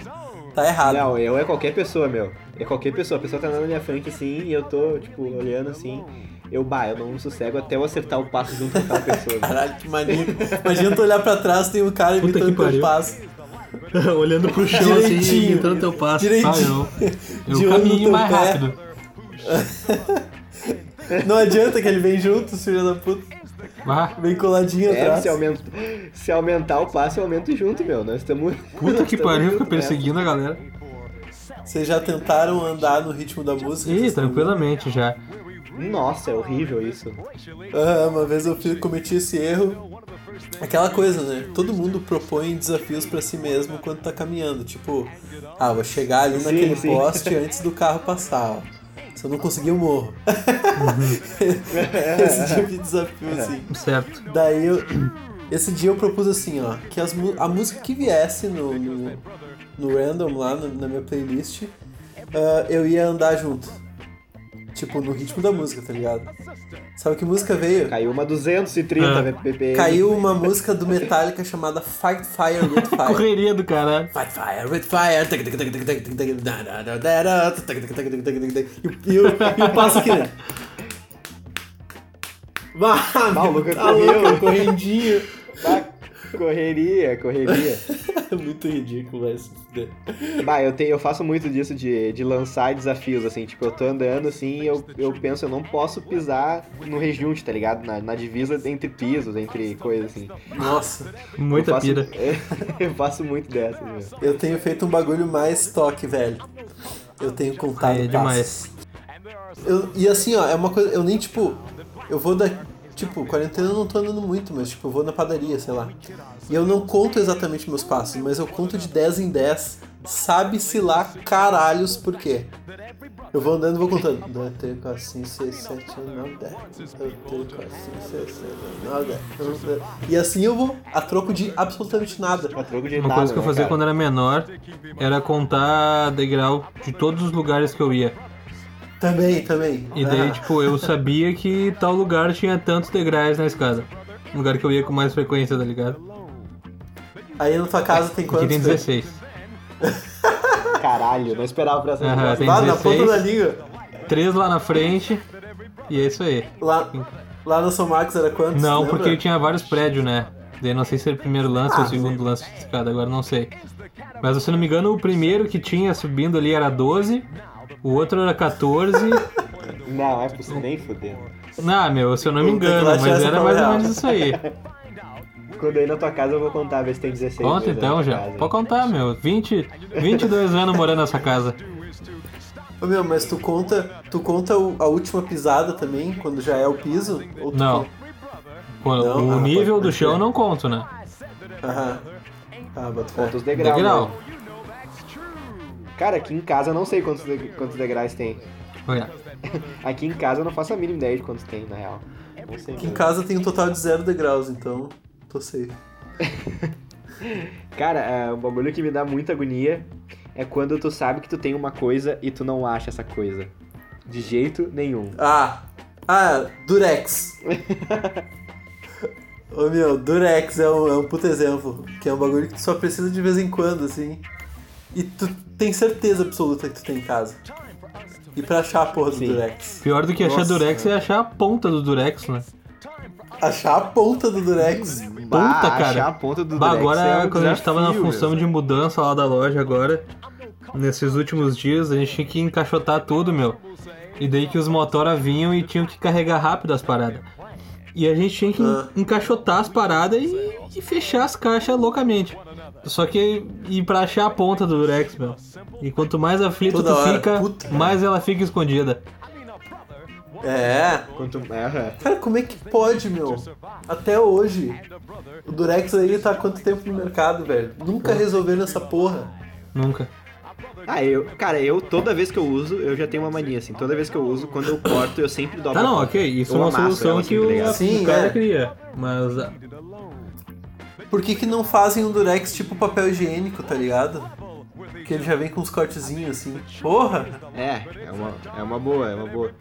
A: tá errado.
B: Não, eu é qualquer pessoa, meu. É qualquer pessoa. A pessoa tá andando na minha frente assim e eu tô, tipo, olhando assim. Eu, bah, eu não sossego até eu acertar o passo junto com tal pessoa.
C: [LAUGHS]
B: meu.
A: Caralho, que maníaco. Imagina tu olhar pra trás, tem um cara
C: Puta
A: imitando
C: que
A: teu
C: pariu.
A: passo.
C: [LAUGHS] Olhando pro chão, assim,
A: Direitinho.
C: imitando teu passo.
A: Direitinho.
C: Ah, eu
A: De olho no
C: eu caminho
A: teu
C: mais
A: pé.
C: rápido.
A: Não adianta que ele vem junto, filho da puta.
C: Bah,
A: Vem coladinho
B: É,
A: atrás.
B: se, aumenta, se aumentar o passo, eu aumento junto, meu. Nós estamos. [LAUGHS]
C: puta
B: nós
C: que
B: estamos
C: pariu,
B: junto né?
C: fica perseguindo a galera.
A: Vocês já tentaram andar no ritmo da música?
C: Ih, tranquilamente já.
B: nessa. Nossa, é horrível
C: [LAUGHS]
B: isso.
A: Ah, uma vez eu fiz- cometi esse erro. Aquela coisa, né? Todo mundo propõe desafios pra si mesmo quando tá caminhando. Tipo, ah, vou chegar ali naquele
B: sim.
A: poste antes do carro passar, ó. Se eu não conseguir, eu morro.
B: É.
A: [LAUGHS] Esse tipo de desafio, assim.
C: Certo.
A: Daí eu. Esse dia eu propus assim, ó, que as, mu- a música que viesse no, no, no random lá no- na minha playlist, ah, eu ia andar junto. Tipo, no ritmo da música, tá ligado? Sabe que música veio?
B: Caiu uma 230
C: Ah.
B: BPM.
A: Caiu uma música do Metallica chamada Fight Fire with Fire.
C: Correria do caralho.
A: Fight Fire with Fire. E, o- e, o- e o passo aqui, né? Bah,
B: Bah, o Lucas
A: tá louco,
B: correu.
A: correndinho.
B: Bah, Correria, correria.
A: [LAUGHS] Muito ridículo, vai se fuder.
B: Bah, eu, tenho, eu faço muito disso de, de lançar desafios, assim. Tipo, eu tô andando assim e eu, eu penso, eu não posso pisar no rejunte, tá ligado? Na, na divisa entre pisos, entre coisas assim.
A: Nossa,
C: Muita
B: eu faço,
C: pira.
B: [LAUGHS] eu faço muito dessas, meu.
A: eu tenho feito um bagulho mais toque, velho. Eu tenho contado
C: É demais.
A: passos. Eu, e assim, ó, é uma coisa. Eu nem tipo. Eu vou da. Tipo, quarentena eu não tô andando muito, mas tipo, eu vou na padaria, sei lá. E eu não conto exatamente meus passos, mas eu conto de 10 em 10. Sabe-se lá caralhos por quê. Eu vou andando e vou contando. 2, 3, 4, 5, 6, 7, 8, 9, 10. 2, 3, 4, 5, 6, 7, 8, 9, 10. E assim eu vou, a troco de absolutamente nada.
B: A troco de
C: Uma
B: nada,
C: coisa que eu
B: né,
C: fazia
B: cara?
C: quando era menor era contar degrau de todos os lugares que eu ia.
A: Também, também.
C: E daí,
A: Ah.
C: tipo, eu sabia que tal lugar tinha tantos degraus na escada. O lugar que eu ia com mais frequência, tá ligado?
A: Aí na tua casa tem
C: Aqui
A: quantos?
C: é tem
A: Pedro?
C: 16.
B: Caralho, não esperava pra essa
C: Aham,
B: resposta.
C: tem
A: Lá Ah, na ponta
C: 16.
A: da língua.
C: Três lá na frente. E é isso aí.
A: Lá, lá no São Marcos era quantos?
C: Não,
A: lembra?
C: porque tinha vários prédios, né? Daí não sei se era o primeiro lance ou o segundo lance de escada, agora não sei. Mas se eu não me engano, o primeiro que tinha subindo ali era 12, o outro era 14. [LAUGHS]
B: Não, é possível nem foder.
C: não, Ah, meu, se eu não me
A: Puta, que
C: engano,
A: lá
C: mas
A: tinha essa tá
C: era mais ou
A: real.
C: menos
A: [LAUGHS]
C: isso aí.
B: Quando eu ir na tua casa, eu vou contar, ver se tem 16
C: Conta
B: vezes
C: então
B: na
C: já.
B: casa.
C: Pode contar, meu. 20, 22 anos morando nessa casa.
A: Ô, meu, mas tu conta, tu conta o- a última pisada também, quando já é o piso? Ou tu-
C: Não. O
A: Não,
C: o
A: ah,
C: nível
A: pode
C: do chão eu
A: ser.
C: não conto, né?
A: Aham. Ah, bota fé.
B: Conta os degraus.
C: Degrau.
B: né? Cara, aqui em casa eu não sei quantos, de- quantos degraus tem.
C: Olha.
B: Aqui em casa eu não faço a mínima ideia de quantos tem, na real. Não sei
A: Aqui em
B: mesmo.
A: casa tem um total de zero degraus, então tô safe.
B: Cara, é, o bagulho que me dá muita agonia é quando tu sabe que tu tem uma coisa e tu não acha essa coisa. De jeito nenhum.
A: Ah, ah, Durex. Ô meu, Durex é um, é um puto exemplo, que é um bagulho que tu só precisa de vez em quando, assim. E tu tem certeza absoluta que tu tem em casa. E pra achar a porra do
B: Sim.
A: Durex.
C: Pior do que achar
A: Nossa.
C: durex é achar a ponta do durex, né?
A: Achar a ponta do Durex.
B: Bah,
C: cara.
B: achar a ponta do
C: Bah,
B: Drex
C: agora,
B: é um
C: quando a gente tava na
B: desafio,
C: função
B: meu.
C: de mudança lá da loja agora, nesses últimos dias, a gente tinha que encaixotar tudo, meu. E daí que os motora vinham e tinham que carregar rápido as paradas. E a gente tinha que
A: Ah.
C: encaixotar as paradas e, e fechar as caixas loucamente. Só que e pra achar a ponta do durex, meu. E quanto mais aflito
A: Toda
C: tu
A: hora,
C: fica,
A: puta.
C: mais ela fica escondida.
A: É.
B: Quanto... Aham.
A: Cara, como é que pode, meu? Até hoje. O Durex aí tá há quanto tempo no mercado, velho? Nunca resolveram essa porra.
C: Nunca.
B: Ah, eu, cara, eu toda vez que eu uso, eu já tenho uma mania assim. Toda vez que eu uso, quando eu corto, eu sempre dobro.
C: Tá,
B: a
C: não,
B: ponta.
C: ok. Isso é
B: Ou
C: uma
B: amasso
C: solução
B: ela,
C: que
B: assim, tá
C: o,
B: ligado?
A: Sim,
C: o cara
A: é.
C: cria. Mas ah, a-
A: Por que, que não fazem um durex tipo papel higiênico, tá ligado? Que ele já vem com uns cortezinhos assim. Porra!
B: É, é uma, é uma boa, é uma boa.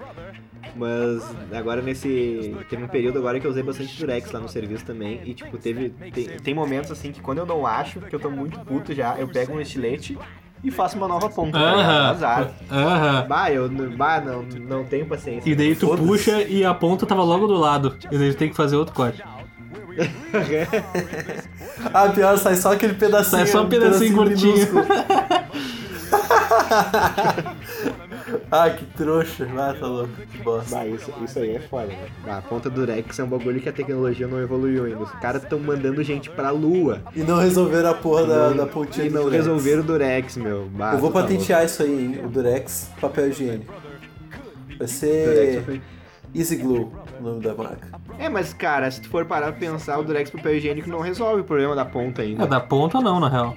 B: Mas agora nesse. Teve um período agora que eu usei bastante Durex lá no serviço também. E tipo, teve. Tem, tem momentos assim que quando eu não acho, que eu tô muito puto já, eu pego um estilete e faço uma nova ponta. tá ligado?
C: Aham.
B: Azar.
C: Aham.
B: Bah, eu n- bah, não, não tenho paciência.
C: E daí tu
A: Foda-se.
C: puxa e a ponta tava logo do lado. E daí tu tem que fazer outro corte.
A: Ah, pior, sai só aquele pedacinho.
C: Sai só um pedacinho
B: [LAUGHS]
C: curtinho.
A: minúsculo. [LAUGHS] ah, que trouxa. Ah, tá louco. Que bosta.
B: Bah, isso, isso aí é foda, né? Bah, a ponta Durex é um bagulho que a tecnologia não evoluiu ainda. Os caras tão mandando gente pra lua.
A: E não resolveram a porra da, da pontinha
B: E
A: do
B: não
A: durex.
B: resolveram o Durex, meu. Bah,
A: Eu vou
B: tu tá louco.
A: patentear isso aí, hein? O durex, papel higiênico. Vai
B: Durex
A: ser
B: foi-
A: Easy Glue, o nome da marca.
B: É, mas cara, se tu for parar pra pensar, o Durex papel higiênico não resolve o problema da ponta ainda.
C: É, da ponta não, na real.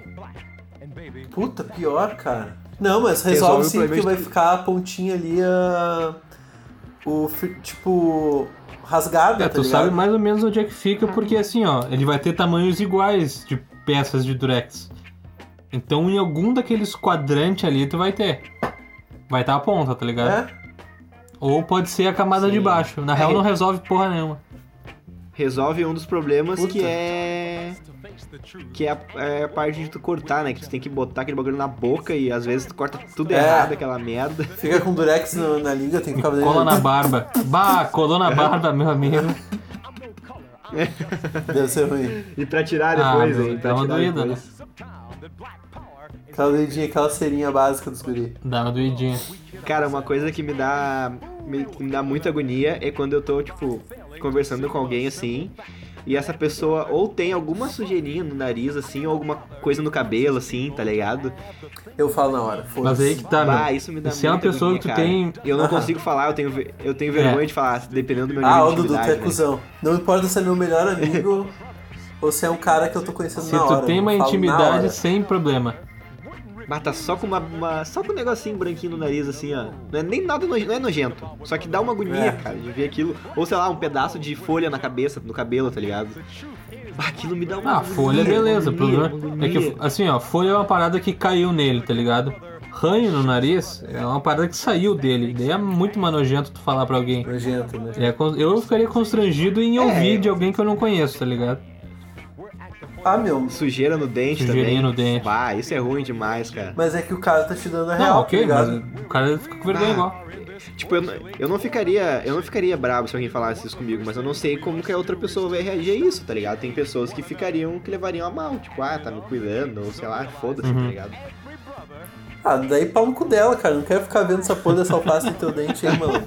A: Puta, pior, cara. Não, mas
B: Resolve
A: resolve
B: o
A: sim,
B: problema
A: porque vai
B: de-
A: ficar a pontinha ali, a... o fi- tipo, rasgada,
C: É,
A: tá
C: tu
A: ligado?
C: sabe mais ou menos onde é que fica, porque assim, ó, ele vai ter tamanhos iguais de peças de durex. Então em algum daqueles quadrantes ali tu vai ter. Vai estar a ponta, tá ligado?
A: É?
C: Ou pode ser a camada de
B: Sim.
C: baixo. Na
B: É.
C: real não resolve porra nenhuma.
B: Resolve um dos problemas
A: Puta.
B: que é. Que é a, é a parte de tu cortar, né? Que tu tem que botar aquele bagulho na boca e às vezes tu corta tudo
A: É.
B: errado, aquela merda. [LAUGHS]
A: Fica com durex na, na língua, tem que ficar
C: Cola na
A: [LAUGHS] fazendo...
C: barba. Bah, colou na barba, meu amigo.
A: Deve ser ruim.
B: E pra tirar
C: Ah,
B: depois,
C: meu, né?
B: hein?
C: dá
B: Pra
C: uma
B: tirar
C: doída,
B: depois.
A: Aquela doidinha, aquela cerinha básica dos guri.
C: Dá uma doidinha.
B: Cara, uma coisa que me dá. Me, que me dá muita agonia é quando eu tô, tipo, conversando com alguém assim. E essa pessoa ou tem alguma sujeirinha no nariz, assim, ou alguma coisa no cabelo, assim, tá ligado?
A: Eu falo na hora,
C: Mas
A: foda-se.
C: aí que tá, meu.
B: Ah, isso me dá
C: E se é uma
B: muita
C: pessoa
B: agonia,
C: que tu
B: cara.
C: tem-
B: Eu não
A: Aham.
B: consigo falar, eu tenho, ve- eu tenho vergonha
C: É.
B: de falar, dependendo do meu
A: Ah,
B: nível
A: o
B: de
A: Dudu, tu é
B: intimidade, né?
A: cuzão. Não importa se é meu melhor amigo ou se é um cara que eu tô conhecendo
C: Se
A: na hora.
C: tu tem
A: eu
C: uma
A: falo na hora.
C: intimidade sem problema.
B: Mas tá só com uma, uma- Só com um negocinho branquinho no nariz, assim, ó. Não é nem nada noje- não é nojento. Só que dá uma agonia,
A: É.
B: cara, de ver aquilo. Ou sei lá, um pedaço de folha na cabeça, no cabelo, tá ligado? Ah, Aquilo me dá uma.
C: Ah,
B: agonia,
C: folha,
B: uma
C: beleza. O
B: agonia,
C: problema
B: uma
C: é que,
B: agonia.
C: assim, ó, folha é uma parada que caiu nele, tá ligado? ranho no nariz é uma parada que saiu dele. Daí é muito mais nojento tu falar pra alguém.
A: Nojento, né?
C: É, con- eu ficaria constrangido
A: É,
C: em ouvir de alguém que eu não conheço, tá ligado?
A: Ah, meu.
B: Sujeira no dente
C: Sujeirinha
B: também.
C: no dente.
B: Bah, isso é ruim demais, cara.
A: Mas é que o cara tá te dando a
C: Não,
A: real, tá
C: ok, mas
A: ligado?
C: o cara fica com vergonha
B: Ah,
C: igual.
B: Tipo, eu, não- eu não ficaria. Eu não ficaria bravo se alguém falasse isso comigo, mas eu não sei como que a outra pessoa vai reagir a isso, tá ligado? Tem pessoas que ficariam, que levariam a mal, tipo, ah, tá me cuidando, ou sei lá, foda-se, tá ligado?
A: Ah, daí pau no cu dela, cara. Não quero ficar vendo essa porra dessa alface no teu dente aí, mano.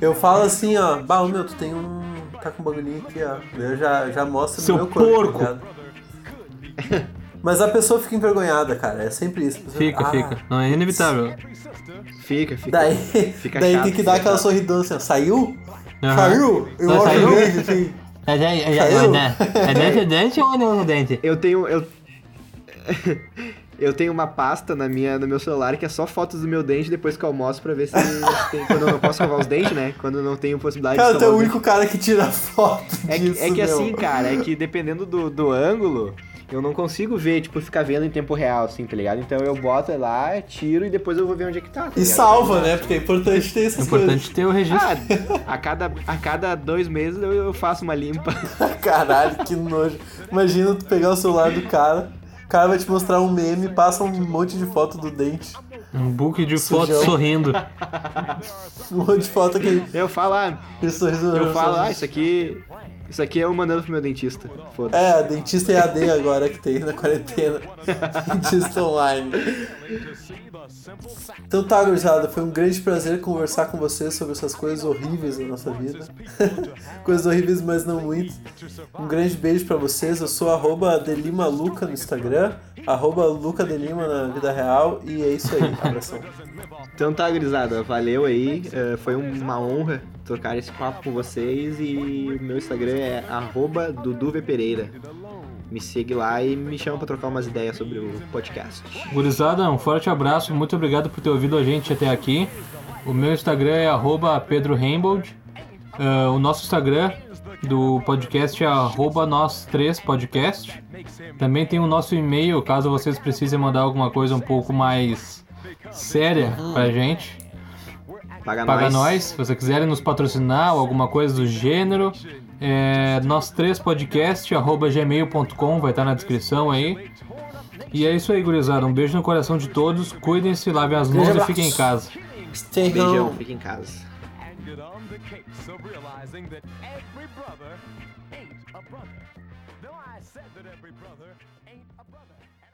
A: Eu falo assim, ó. Bah, ô, meu, tu tem um... Tá com um bagulhinho aqui, ó. Daí Eu já, já mostro
C: Seu
A: no meu corpo,
C: porco.
A: tá ligado? Mas a pessoa fica envergonhada, cara. É sempre isso. A pessoa
C: Fica,
A: ah,
C: fica. Não é inevitável.
B: Fica, fica.
A: Daí,
B: Fica
A: daí
B: chato,
A: tem que dar
B: fica
A: aquela
B: chato.
A: sorridão assim, ó. Saiu?
C: Aham.
A: Saiu? Eu
C: Não,
A: acho
C: saiu?
A: grande,
C: [LAUGHS]
A: assim.
C: É, é, é,
A: Saiu?
C: é, é dente, é dente ou não é dente?
B: Eu tenho. Eu... [LAUGHS] eu tenho uma pasta na minha, no meu celular que é só fotos do meu dente depois que eu almoço pra ver se tem- quando eu não posso escovar os dentes, né? Quando eu não tenho possibilidade
A: Cara,
B: de
A: tu é
B: um escovar
A: o
B: os
A: único cara que tira foto
B: É que,
A: disso,
B: é
A: meu.
B: que assim, cara, é que dependendo do, do ângulo, eu não consigo ver, tipo, ficar vendo em tempo real, assim, tá ligado? Então eu boto lá, tiro e depois eu vou ver onde é que tá. tá
A: E
B: ligado?
A: salva, né? Porque é importante ter
C: É
A: essas
C: importante ter o registro.
B: Ah, a cada, a cada dois meses eu, eu faço uma limpa.
A: coisas. [LAUGHS] Caralho, que nojo. Imagina tu pegar o celular do cara, o cara vai te mostrar um meme, passa um monte de foto do dente. [LAUGHS]
C: Um book de fotos
A: Sujão.
C: sorrindo.
A: Um monte de foto aqui.
B: Eu falo, ah,
A: aquele sorriso-
B: eu falo, ah, isso aqui. Isso aqui é eu mandando pro meu dentista. Foda-se.
A: É, dentista EAD agora que tem na quarentena. dentista online. Então tá, gurizada, foi um grande prazer conversar com vocês sobre essas coisas horríveis da nossa vida. [LAUGHS] coisas horríveis, mas não muito. Um grande beijo pra vocês. Eu sou arroba delimaluca no Instagram, arroba Luca Delima na vida real. E é isso aí, abração.
B: Então tá, gurizada, valeu aí. eh, foi uma honra trocar esse papo com vocês e o meu Instagram é arroba DuduVPereira. Me segue lá e me chama pra trocar umas ideias sobre o podcast.
C: Gurizada, um forte abraço, muito obrigado por ter ouvido a gente até aqui. O meu Instagram é arroba Pedro Rainbold. Ah, o nosso Instagram do podcast é arroba nós três podcast. Também tem o nosso e-mail, caso vocês precisem mandar alguma coisa um pouco mais séria pra gente.
B: Paga,
C: Paga
B: nós.
C: nós, se vocês quiserem nos patrocinar ou alguma coisa do gênero. É, nós três podcast, arroba gmail.com, vai estar na descrição aí. E é isso aí, gurizada. Um beijo no coração de todos. Cuidem-se, lavem as mãos
A: Grande
C: e fiquem em
A: abraço.
C: casa.
A: Stay
B: Beijão,
C: então.
A: home.
B: fica em casa.
D: get on the case of realizing that every brother ain't a brother. Though I said that every brother ain't a brother. and I-